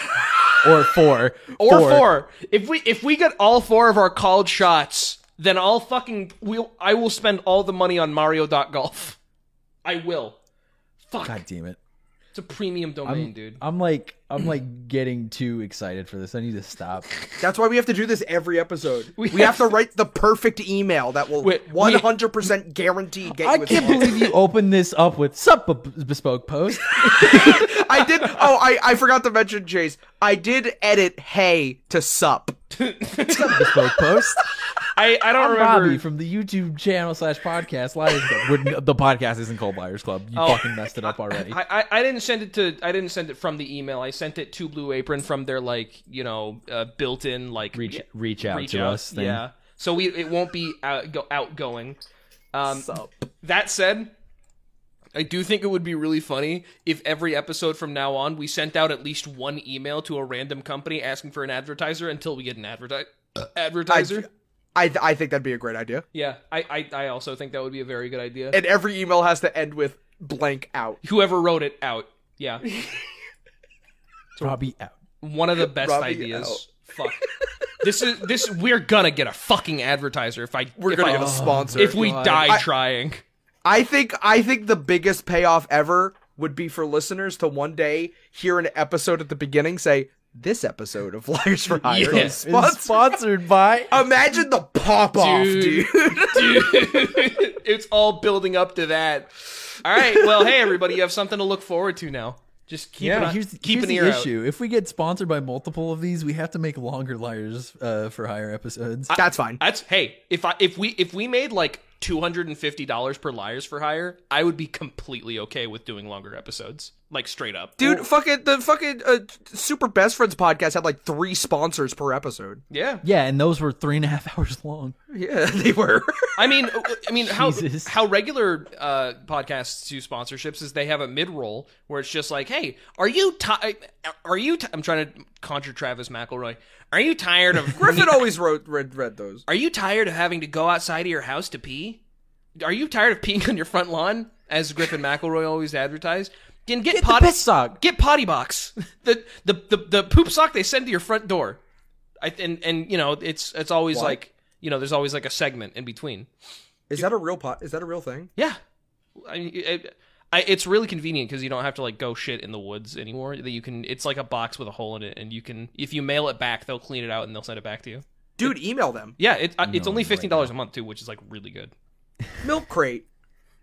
Or four.
or four. If we if we get all four of our called shots, then I'll fucking will I will spend all the money on Mario.golf. I will. Fuck.
God damn it.
It's a premium domain, dude.
I'm like I'm like getting too excited for this. I need to stop.
that's why we have to do this every episode.
We
We, have to write the perfect email that will
We- we-
one hundred percent guarantee get
I
you. a
can't
sponsor.
believe you opened this up with sup b- bespoke post.
I did. Oh, I, I forgot to mention Chase. I did edit "Hey" to "Sup."
bespoke post.
I, I don't
I'm
remember.
Robbie from the YouTube channel slash podcast Liars Club. We're- the podcast isn't called Liars Club. You fucking messed it up already.
Oh. I, I, I didn't send it to I didn't send it from the email. I sent it to Blue Apron from their like you know uh, built-in like
reach reach out
reach
to
out.
us. Thing.
Yeah. So we it won't be out, go, outgoing. Um, That said, I do think it would be really funny if every episode from now on we sent out at least one email to a random company asking for an advertiser until we get an adverti-
Uh, I,
advertiser.
I I think that'd be a great idea.
yeah, I, I I also think that would be a very good idea.
And every email has to end with blank out.
Whoever wrote it out. Yeah,
Robbie out.
one of the best
Robbie
ideas. Fuck. This is this. We're gonna get a fucking advertiser if I
We're
if
gonna
I-
get a sponsor.
if we
God.
die
I-
trying.
I think I think the biggest payoff ever would be for listeners to one day hear an episode at the beginning say this episode of Liars for Hire
Yeah.
is
Is
sponsored.
sponsored by.
Oh,
Imagine the pop off,
Dude.
dude.
Dude, it's all building up to that. All right. Well, hey everybody, you have something to look forward to now. Just keep
Yeah,
an, eye-
here's, the-
keep
here's
an
the
ear out.
issue. If we get sponsored by multiple of these, we have to make longer liars uh, for higher episodes.
That's fine.
That's hey, if I if we if we made like two hundred and fifty dollars per liars for hire, I would be completely okay with doing longer episodes, like straight up,
Dude, fucking the fucking uh, Super Best Friends podcast had like three sponsors per episode.
Yeah,
yeah, and those were three and a half hours long.
Yeah, they were.
I mean, uh, I mean, how
Jesus.
how regular uh, podcasts do sponsorships is they have a mid roll where it's just like, hey, are you tired? Are you? T-? I'm trying to conjure Travis McElroy. Are you tired of
Griffin always wrote read, read those.
Are you tired of having to go outside of your house to pee? Are you tired of peeing on your front lawn, as Griffin McElroy always advertised? Then get, potty
piss sock.
Get potty box. The, the the the poop sock they send to your front door. I and and you know it's it's always like you know there's always like a segment in between.
Is that a real pot? Is that a real thing?
Yeah, I mean, it- I, it's really convenient because you don't have to like go shit in the woods anymore. That you can, it's like a box with a hole in it, and you can, if you mail it back, they'll clean it out and they'll send it back to you.
Dude, email them.
Yeah, it, uh, it's
No,
only
right
fifteen dollars a month too, which is like really good.
Milk crate.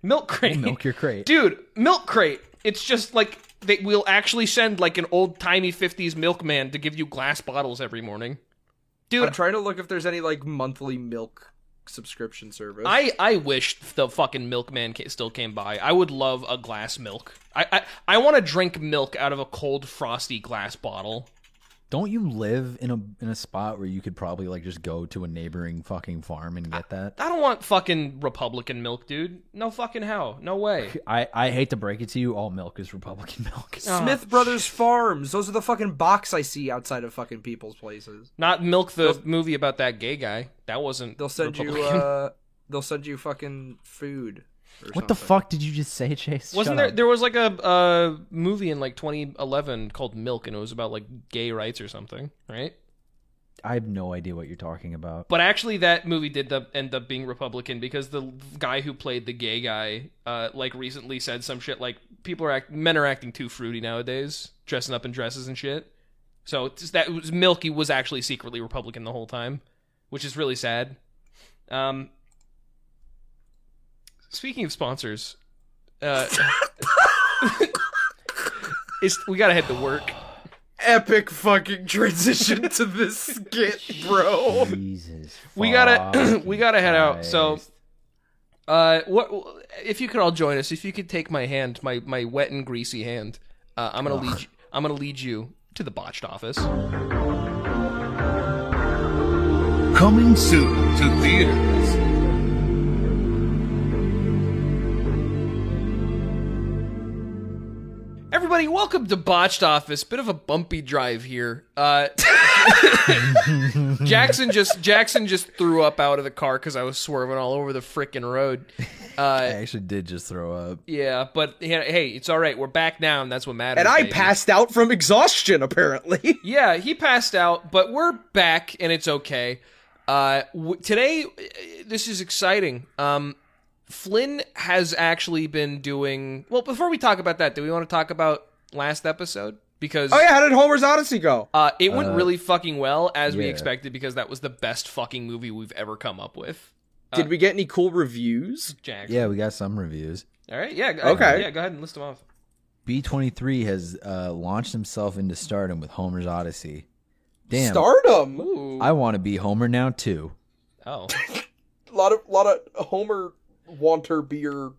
Milk crate,
Milk your crate.
dude, milk crate. It's just like they will actually send like an old timey fifties milkman to give you glass bottles every morning.
I'm
Dude,
trying to look if there's any like monthly milk subscription service.
I, I wish the fucking milkman ca- still came by. I would love a glass milk. I I, I want to drink milk out of a cold frosty glass bottle.
Don't you live in a in a spot where you could probably like just go to a neighboring fucking farm and get that?
I don't want fucking Republican milk, dude. No fucking how. No way.
I, I hate to break it to you, all milk is Republican milk.
Smith Brothers Farms. Those are the fucking box I see outside of fucking people's places.
Not milk the movie about that gay guy. That wasn't.
They'll send you.
Republican.
Uh, they'll send you fucking food. or
What the
something.
fuck did you just say, Chase?
Wasn't
Shut
there?
up.
There was like a uh, movie in like 2011 called Milk, and it was about like gay rights or something, right?
I have no idea what you're talking about.
But actually, that movie did the, end up being Republican because the guy who played the gay guy, uh, like recently said some shit like people are act- men are acting too fruity nowadays, dressing up in dresses and shit. So it's- that was Milky was actually secretly Republican the whole time, which is really sad. Um, speaking of sponsors, uh, it's, we gotta head to work.
Epic fucking transition to this skit, bro.
Jesus.
We gotta-
fucking
we gotta head out, so-
Christ.
Uh, what if you could all join us? If you could take my hand, my my wet and greasy hand, uh, I'm gonna lead. You, I'm gonna lead you to the botched office.
Coming soon to theaters.
Everybody, welcome to botched office. Bit of a bumpy drive here. Uh, Jackson just Jackson just threw up out of the car because I was swerving all over the frickin' road.
I
Uh,
actually did just throw up.
yeah, but yeah, hey, it's all right. We're back now, and that's what matters.
And I
baby.
passed out from exhaustion, apparently.
Yeah, he passed out, but we're back and it's okay. Uh, w- today, uh, this is exciting. Um, Flynn has actually been doing. Well, before we talk about that, do we want to talk about last episode? Because
Oh yeah, how did Homer's Odyssey go?
uh, it went really fucking well, as we
yeah.
expected, because that was the best fucking movie we've ever come up with.
Did we get any cool reviews?
Jack.
Yeah, we got some reviews.
All right. Yeah. go-
Okay.
Yeah. Go ahead and list them off.
B23 has uh, launched himself into stardom with Homer's Odyssey. Damn.
Stardom.
I want to be Homer now too.
Oh.
A lot of lot of Homer wanter beer.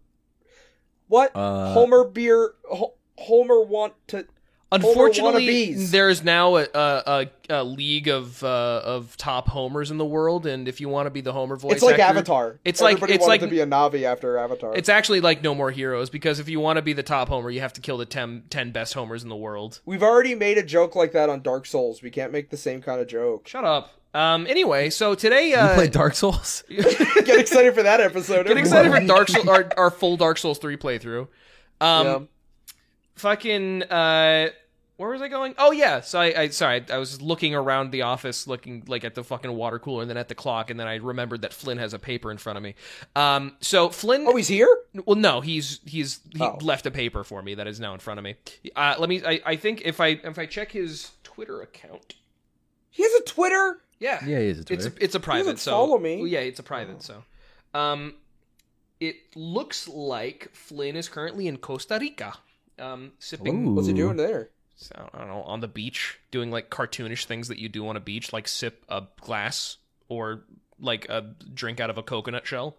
What
Uh,
Homer beer? Ho- Homer want to?
Unfortunately,
wannabes.
there is now a, a, a, a league of uh, of top homers in the world, and if you want to be the Homer voice,
It's like
actor-
Avatar.
It's like-
Everybody
it's
wanted
like-
to be a Navi after Avatar.
It's actually like No More Heroes because if you want to be the top homer, you have to kill the 10, 10 best homers in the world.
We've already made a joke like that on Dark Souls. We can't make the same kind of joke.
Shut up. Um. Anyway, so today,
You
uh,
play Dark Souls?
Get excited for that episode.
get excited for Dark Souls, our, our full Dark Souls three playthrough. Um.
Yeah.
Fucking. Uh. Where was I going? Oh yeah. So I, I sorry. I was looking around the office, looking like at the fucking water cooler, and then at the clock, and then I remembered that Flynn has a paper in front of me. Um. So Flynn.
Oh, he's here.
Well, no, he's he's he
Oh.
left a paper for me that is now in front of me. Uh, let me. I, I think if I if I check his Twitter account.
He has a Twitter.
Yeah.
yeah, he is a
It's a,
Twitter.
it's a private. So
follow me.
Well, Yeah, it's a private. So, um, it looks like Flynn is currently in Costa Rica, um, sipping.
What's he
Ooh.
doing there?
I don't know on the beach, doing like cartoonish things that you do on a beach, like sip a glass or like a drink out of a coconut shell.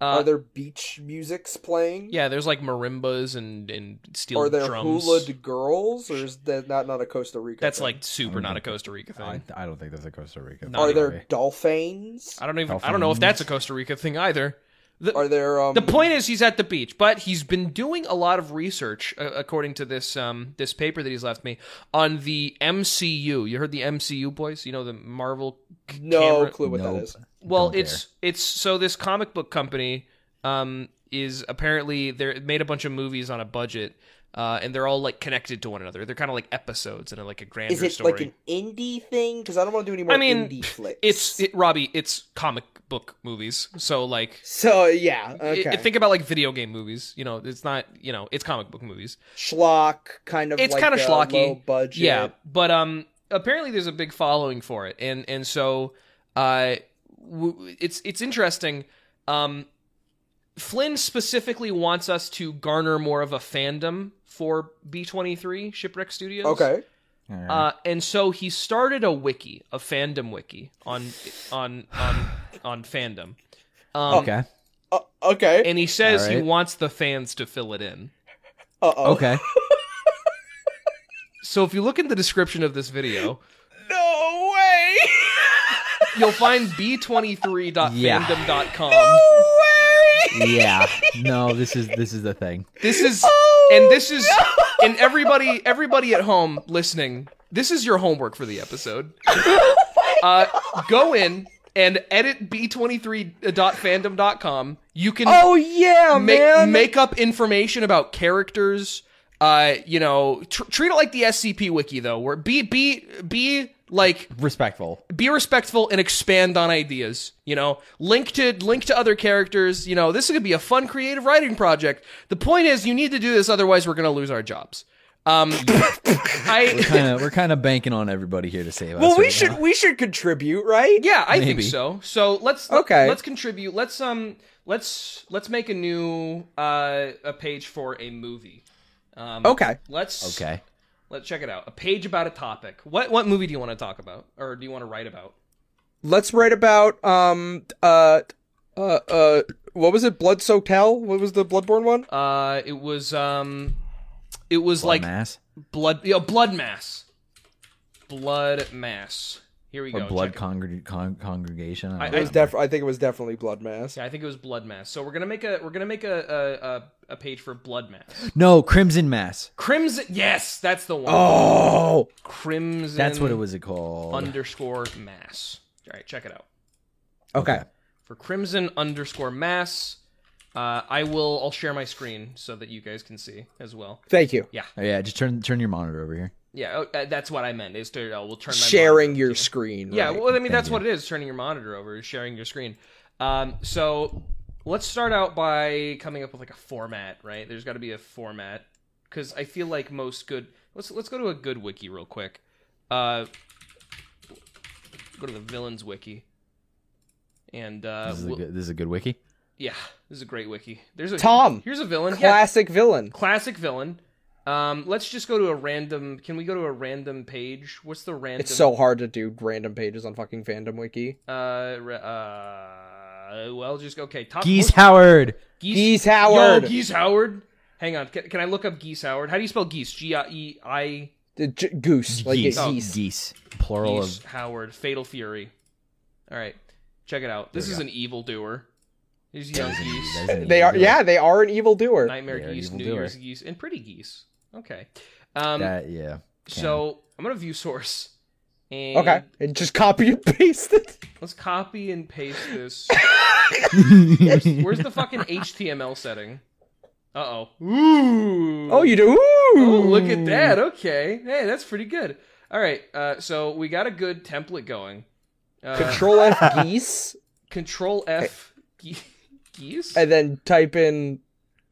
Are
Uh,
there beach musics playing?
yeah, there's like marimbas and and steel
Are there
drums.
hula girls, or is that not not a Costa Rica?
That's
thing?
like super not a Costa Rica thing.
I, I don't think that's a Costa Rica.
No,
Are
not
there dolphins?
I don't even. I don't know if that's a Costa Rica thing either. The-
Are there um?
The point is, he's at the beach, but he's been doing a lot of research, uh, according to this um, this paper that he's left me on the MCU. You heard the MCU, boys? You know the Marvel. c-
no
camera-
clue what that
Nope.
is.
Well,
Don't
it's it's so this comic book company um, is apparently they made a bunch of movies on a budget, uh, and they're all like connected to one another. They're kind of like episodes in a, like a grander
Is it
story.
like an indie thing? Because I don't want to do any more
I mean,
indie flicks.
it's it, Robbie. It's comic book movies, so like
so yeah.
I-
Okay.
I think about like video game movies. You know, it's not. You know, it's comic book movies.
schlock kind of.
It's
like
kinda
a
schlocky.
Low budget.
Yeah, but um, apparently there's a big following for it, and and so uh, w- it's it's interesting. Um, Flynn specifically wants us to garner more of a fandom for B23 Shipwreck Studios.
Okay.
Uh, and so he started a wiki, a fandom wiki on on on on fandom. Um,
okay.
Uh, okay.
And he says he
Alright.
wants the fans to fill it in.
Uh oh.
Okay.
So if you look in the description of this video,
No way.
you'll find b23.fandom.com.
yeah. No, this is this is the thing.
This is
Oh,
and this is and everybody everybody at home listening, this is your homework for the episode.
Oh
Uh, go in and edit b23.fandom.com. You can
Oh yeah,
make,
man.
make up information about characters. Uh, you know, tr- treat it like the SCP wiki though, where be be be like
Respectful.
be respectful and expand on ideas. You know, link to link to other characters. You know, this is gonna be a fun creative writing project. The point is, you need to do this, otherwise, we're gonna lose our jobs. Um, I
Kinda, we're kind of banking on everybody here to save us.
well, we
right
should
now.
we should contribute, right?
yeah, I think
Maybe.
so. So let's
Okay.
let's contribute. Let's um let's let's make a new uh a page for a movie. Um,
Okay.
Let's
Okay.
Let's check it out. A page about a topic. What what movie do you want to talk about, or do you want to write about?
Let's write about um uh uh uh what was it? Blood soaked hell. What was the Bloodborne one?
Uh, it was um, it was
Blood
like
mass
blood, yeah, blood mass, blood mass. Here we
or
go.
blood
check it.
congreg- con- congregation. I don't
I-
know.
It was def- I think it was definitely blood mass.
yeah, I think it was blood mass. So we're gonna make a we're gonna make a a, a, a page for blood mass.
no, crimson mass.
Crimson. Yes, that's the one.
Oh,
Crimson.
That's what it was called.
Underscore mass. All right, check it out.
okay.
For crimson underscore mass, uh, I will. I'll share my screen so that you guys can see as well.
Thank you.
Oh, yeah, just turn turn your monitor over here.
Yeah, oh, uh, that's what I meant. Is to uh, we'll turn my
Sharing
monitor.
your
Yeah.
screen.
Yeah,
right.
well, I mean that's
you.
what it is. Turning your monitor over, is sharing your screen. Um, so let's start out by coming up with like a format, right? There's got to be a format because I feel like most good. Let's let's go to a good wiki real quick. Uh, go to the villains wiki, and uh,
This is,
we'll-
a good, this is a good wiki.
yeah, this is a great wiki. There's a
Tom!
Here's a villain. Yeah,
classic villain.
classic villain. Um, let's just go to a random. Can we go to a random page? What's the random?
It's so hard to do random pages on fucking fandom wiki.
Uh, re- uh, well, just okay. Top
Geese Howard.
Geese,
Geese Howard.
Yo, Geese Howard. Hang on. Can, can I look up Geese Howard? How do you spell Geese? G I E I.
The J- goose, like a
geese.
geese.
Geese. Plural
Geese
of.
Howard. Fatal Fury. All right, check it out. This
There we
is
go.
an evil doer. Here's young geese,
That is an
They are,
evildoer.
yeah, they are an evil doer.
nightmare
They are
geese, New
evildoer.
Year's geese, and pretty geese. Okay. Um.
That- yeah.
so I'm gonna view source. And
Okay, and just copy and paste it.
Let's copy and paste this. Where's the fucking HTML setting? Uh oh. Ooh.
Oh, you do. Ooh.
Oh, look
Hmm.
at that. Okay. Hey, that's pretty good. All right. Uh, so we got a good template going. Uh,
Control F geese,
Control F. Ge- geese.
and then type in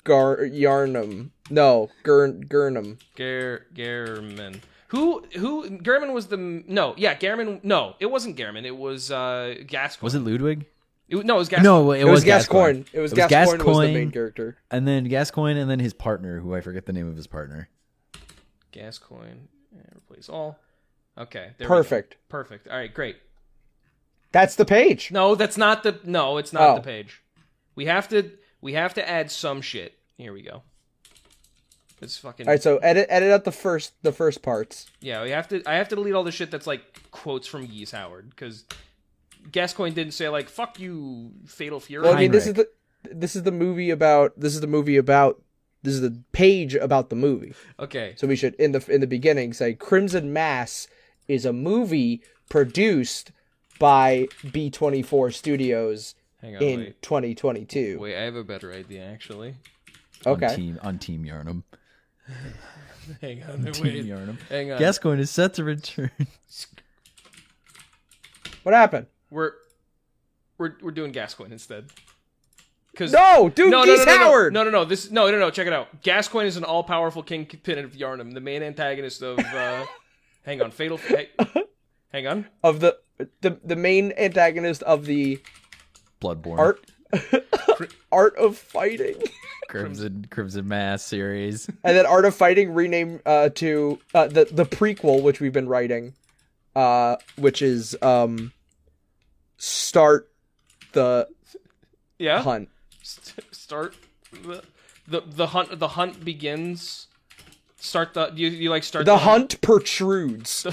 gar yarnum. No, gurn gurnum.
Ger German. Who who German was the no yeah German no it wasn't German it was uh Gascoigne
Was it Ludwig?
It was- no it was Gascoigne
No, it,
It, was Gascoigne. It was, Gascoigne, was the main
Gascoigne,
character.
and then Gascoigne, and then his partner, who I forget the name of his partner.
Gascoigne Yeah, replace all okay there we go.
Perfect.
perfect all right great
That's the page.
No, that's not the no, it's not
Oh.
the page. We have to we have to add some shit. Here we go. It's fucking
All right, so edit edit out the first the first parts.
Yeah, we have to I have to delete all the shit that's like quotes from Yeast Howard cuz Gascoigne didn't say like fuck you Fatal Fury.
Well, I mean, this is the this is the movie about this is the movie about this is the page about the movie.
okay.
So we should in the in the beginning say Crimson Mass is a movie produced by B24 Studios
Hang on.
in
Oh, Wait.
2022.
Wait, I have a better idea actually.
On
Okay.
team on Team Yarnum.
Hang on,
Dean
wait.
Yarnum.
Hang on.
Gascoigne is set to return.
What happened?
we're we're we're doing Gascoigne instead. Because
No, dude,
no, no,
Geese
no, no, no.
Howard.
No, no, no. This no, no, no. Check it out. Gascoigne is an all-powerful kingpin of Yarnum, the main antagonist of. uh Hang on, fatal. Hey, hang on.
Of the, the the main antagonist of the
Bloodborne,
art art of fighting,
Crimson, Crimson Mass series.
and then art of fighting renamed uh, to uh, the the prequel which we've been writing, uh, which is um, start the
Yeah.
hunt.
St- start the, the the hunt. The hunt begins. Start the. You you like start
The hunt protrudes.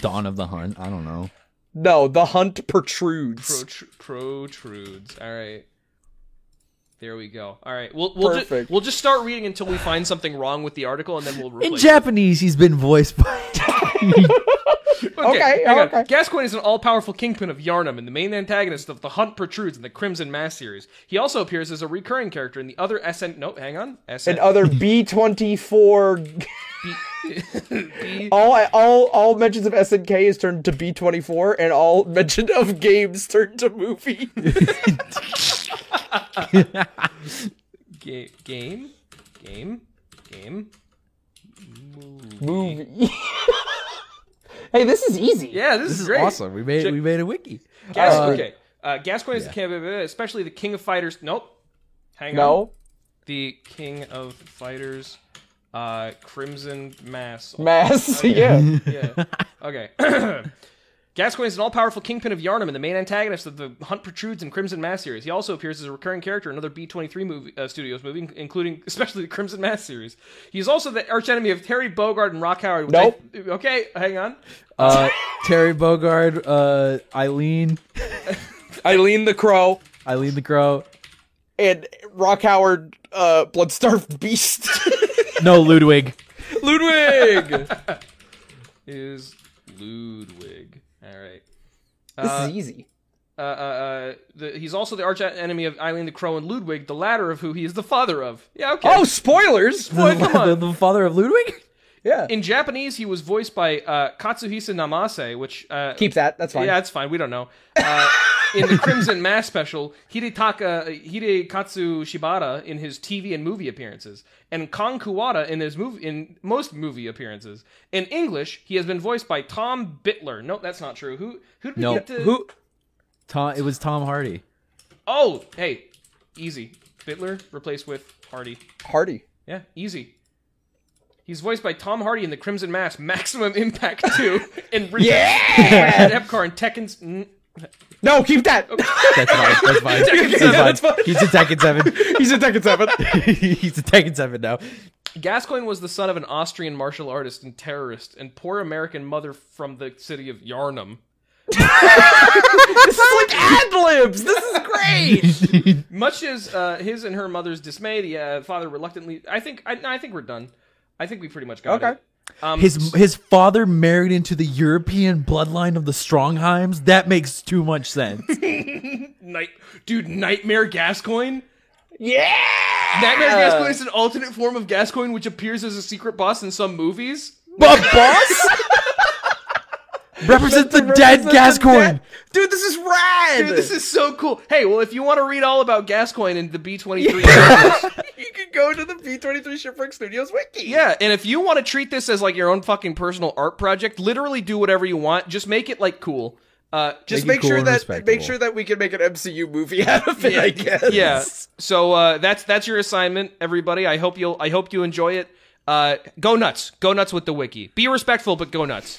Dawn of the Hunt. I don't know.
No, the hunt protrudes.
Protr- protrudes. All right. There we go. All right. We'll we'll just
Perfect.
we'll just start reading until we find something wrong with the article, and then we'll
In
replace. it.
Japanese, he's been voiced by.
Okay,
hang on.
okay.
Gascoigne is an all-powerful kingpin of Yarnum and the main antagonist of the Hunt Protrudes in the Crimson Mass series. He also appears as a recurring character in the other SN. No, hang on. SN.
and other B twenty four.
B-
All all all mentions of SNK is turned to B twenty four, and all mention of games turned to movie.
Ga- game, game, game.
movie. hey, this is easy.
Yeah, this,
This is
great.
awesome. We made
Check-
we made a wiki.
Gas-
Uh,
okay. Uh, Gascoigne is the king of, especially the king of fighters. Nope. Hang on.
No,
The king of fighters, uh, Crimson Mass.
mass. yeah.
yeah. Okay. Gascoigne is an all-powerful kingpin of Yarnum and the main antagonist of the Hunt Protrudes and Crimson Mass series. He also appears as a recurring character in other B23 movie, uh, Studios movies, including especially the Crimson Mass series. He is also the archenemy of Terry Bogard and Rock Howard. which I- okay, hang on.
Uh, Terry Bogard, uh, Eileen,
Eileen the Crow
Eileen the Crow.
and Rock Howard, uh, Bloodstarved Beast.
No, Ludwig.
Ludwig.
Is Ludwig. All right.
this is easy.
uh, uh, the, he's also the arch enemy of Eileen the Crow and Ludwig, the latter of who he is the father of. Yeah, okay.
Oh, spoilers!
The,
What?
the, the father of Ludwig.
yeah.
In Japanese, he was voiced by uh, Katsuhisa Namase, which uh,
Keep that. That's fine.
yeah, that's fine. We don't know. Uh, in the Crimson Mass special, Hidetaka Hidekatsu Shibata in his TV and movie appearances, and Kong Kuwata in his movie in most movie appearances. In English, he has been voiced by Tom Bitler. No, that's not true. Who who did we
No.
get to?
Who? Tom. It was Tom Hardy.
Oh, hey, easy. Bitler replaced with Hardy.
Hardy.
Yeah, easy. He's voiced by Tom Hardy in The Crimson Mass, Maximum Impact 2, and Richard yeah! Epcar in Tekken's. mm,
No, keep that.
That's fine. That's fine.
Yeah,
That's
that's
fine.
fine.
He's a Tekken Seven.
He's in Tekken Seven.
He's a Tekken Seven now.
Gascoigne was the son of an Austrian martial artist and terrorist, and poor American mother from the city of Yarnum.
this is like ad libs. This is great.
Much as uh, his and her mother's dismay, the uh, father reluctantly. I think. I, no, I think we're done. I think we pretty much got
Okay.
it. Um,
His his father married into the European bloodline of the Strongheims. That makes too much sense.
night, dude, Nightmare Gascoigne.
yeah.
Nightmare Gascoigne is an alternate form of Gascoigne which appears as a secret boss in some movies.
but boss represents the dead Gascoigne.
Dude, this is rad.
Dude, this is so cool. Hey, well, if you want to read all about Gascoigne and the B23 yeah.
you can go to the B23 Shipwreck Studios wiki.
yeah, and if you want to treat this as like your own fucking personal art project, literally do whatever you want. Just make it like cool. Uh, just
Just
Make it
make,
cool
sure
and
that
respectable.
make sure that we can make an MCU movie out of it. I guess.
yeah. So uh, that's that's your assignment, everybody. I hope you'll I hope you enjoy it. Uh, go nuts, go nuts with the wiki. Be respectful, but go nuts.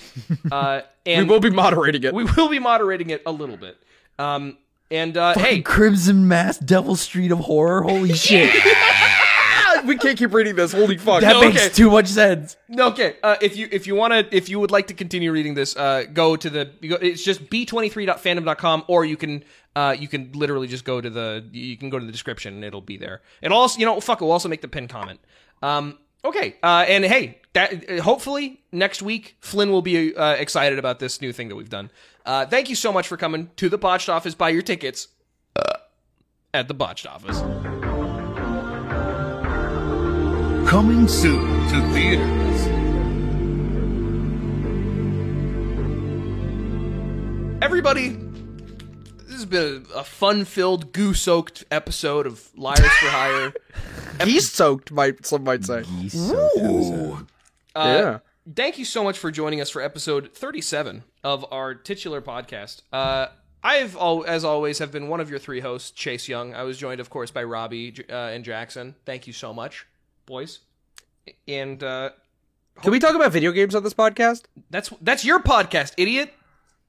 Uh, and
We will be moderating it.
we will be moderating it a little bit. Um, and uh, hey,
Crimson Mass, Devil Street of Horror. Holy shit,
Ah, we can't keep reading this. Holy fuck.
that
No,
makes
okay.
too much sense.
Okay, uh, if you if you want to if you would like to continue reading this, uh, go to the you go, it's just b23.fandom.com or you can uh, you can literally just go to the you can go to the description and it'll be there. It'll also you know fuck it, we'll also make the pin comment. Um, okay, uh, and hey, that uh, hopefully next week Flynn will be uh, excited about this new thing that we've done. Uh, thank you so much for coming to the botched office. Buy your tickets uh, at the botched office.
Coming soon to theaters.
Everybody, this has been a fun-filled, goose-soaked episode of Liars for Hire.
He's soaked, might some might say.
Geese soaked episode.
Uh, Thank you so much for joining us for episode 37 of our titular podcast. Uh, I've, al- as always, have been one of your three hosts, Chase Young. I was joined, of course, by Robbie J- uh, and Jackson. Thank you so much, boys. And uh,
Can we talk about video games on this podcast?
that's that's your podcast, idiot.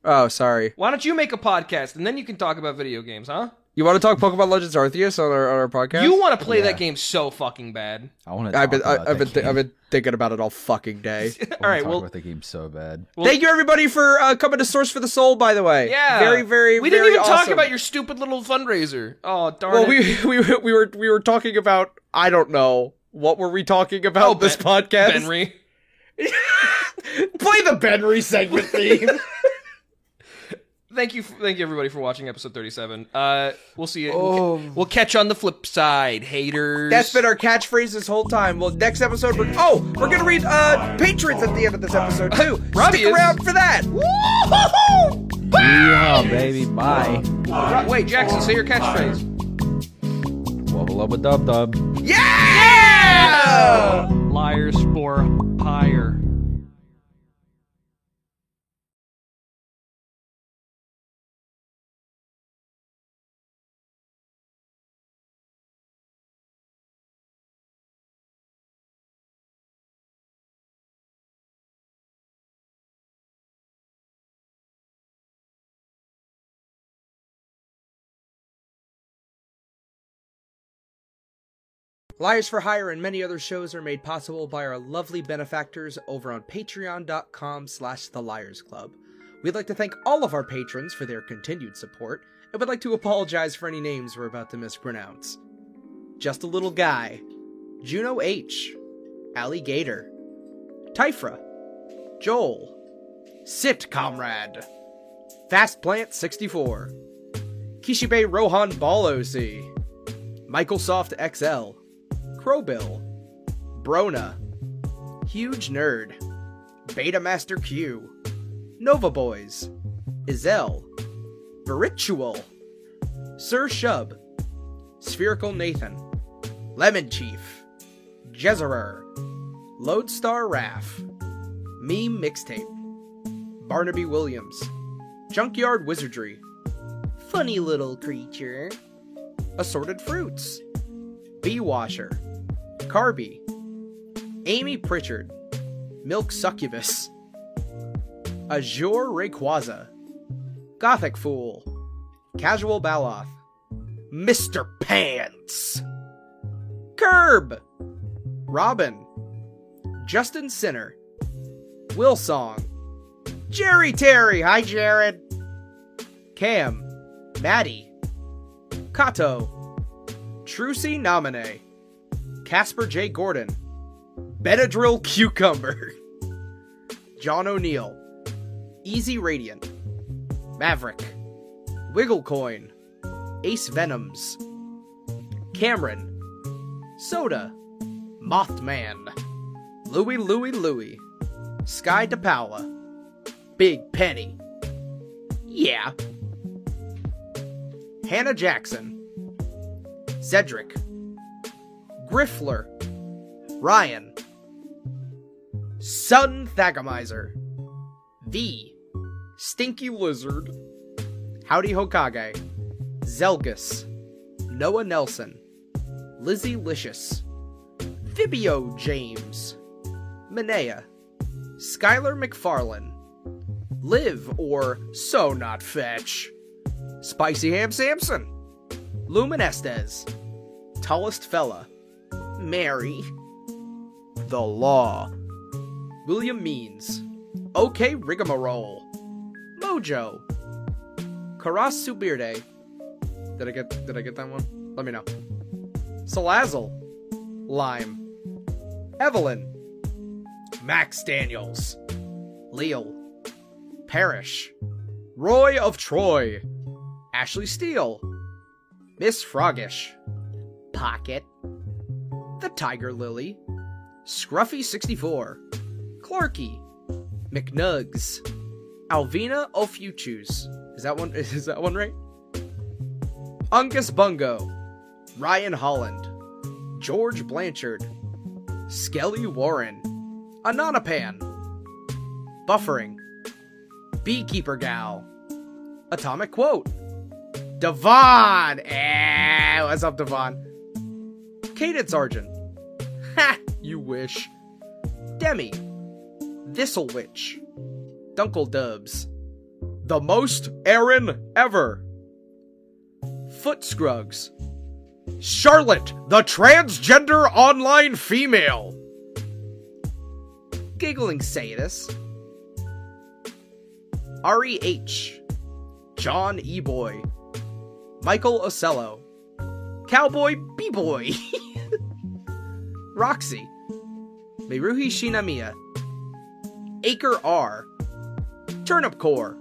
Oh, sorry.
Why don't you make a podcast and then you can talk about video games, huh?
You want to talk Pokemon Legends Arceus on our on our podcast?
You Oh, want to play that game so fucking bad.
I want to.
I've been I, I've been thi- I've been thinking about it all fucking day.
All right,
Talk
well,
about the game so bad.
Well-
Thank you everybody for uh, coming to Source for the Soul. By the way,
yeah,
very very.
We didn't
very
even talk
awesome.
about your stupid little fundraiser. Oh darn
Well,
it.
we we were- we were we were talking about I don't know what were we talking about
Oh,
this
Ben-
podcast.
Benry.
Play the Benry segment theme.
thank you thank you everybody for watching episode 37 uh we'll see you we'll catch you on the flip side haters
Oh. That's been our catchphrase this whole time. Well, next episode we're oh we're gonna read uh patrons at the end of this episode too.
Uh, Robbie
Stick
is-
around for that.
Yeehaw, Oh, baby. Bye.
Ro- wait jackson say your catchphrase
Wubba lubba dub dub.
yeah!
liars for hire
Liars for Hire and many other shows are made possible by our lovely benefactors over on patreon.com slash the Liars Club. We'd like to thank all of our patrons for their continued support, and would like to apologize for any names we're about to mispronounce. Just a Little Guy, Juno H, Alligator, Typhra, Joel, Sit Comrade, Fast Plant 64, Kishibe Rohan Ball OC, Microsoft XL, Crowbill, Brona, Huge Nerd, Beta Master Q, Nova Boys, Izel, Viritual, Sir Shub, Spherical Nathan, Lemon Chief, Jezerer, Lodestar Raff, Meme Mixtape, Barnaby Williams, Junkyard Wizardry, Funny Little Creature, Assorted Fruits, Bee Washer, Carby, Amy Pritchard, Milk Succubus, Azure Rayquaza, Gothic Fool, Casual Baloth, Mr. Pants, Curb, Robin, Justin Sinner, Will Song, Jerry Terry, hi Jared, Cam, Maddie, Kato, Trucy Nominee, Casper J. Gordon, Benadryl Cucumber, John O'Neill, Easy Radiant, Maverick, Wigglecoin, Ace Venoms, Cameron, Soda, Mothman, Louie Louie Louie, Sky DePaula, Big Penny, yeah, Hannah Jackson, Cedric, Griffler, Ryan, Sun Thagamizer, V, Stinky Lizard, Howdy Hokage, Zelgus, Noah Nelson, Lizzie Licious, Fibio James, Minea, Skylar McFarlane, Live or So Not Fetch, Spicy Ham Samson, Luminestes, Tallest Fella, Mary, The Law, William Means, OK Rigmarole, Mojo, Karas Subirde. Did I get did I get that one? Let me know. Salazzle, Lime, Evelyn, Max Daniels, Leal, Parrish, Roy of Troy, Ashley Steele, Miss Froggish, Pocket, the Tiger Lily, Scruffy64, Clarky, McNugs, Alvina Ofuchus. Is that one is that one right? Ungus Bungo, Ryan Holland, George Blanchard, Skelly Warren, Ananapan, Buffering, Beekeeper Gal, Atomic Quote, Devon! Eh, what's up, Devon? Cadence Sergeant. Ha! You wish. Demi. Thistle Witch. Dunkle Dubs. The most Aaron ever. Foot Scrugs. Charlotte, the transgender online female. Giggling Satis. R.E.H. E John E. Boy. Michael Ocello. Cowboy B Boy. Roxy. Meruhi Shinamiya. Acre R. Turnip Core.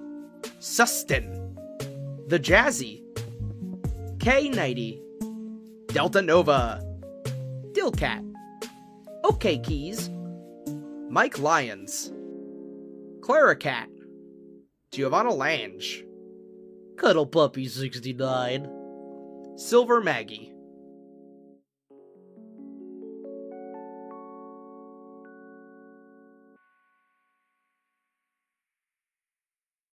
Sustin. The Jazzy. K Nighty. Delta Nova. Dillcat. OK Keys. Mike Lyons. Clara Cat. Giovanna Lange. Cuddle Puppy 69. Silver Maggie.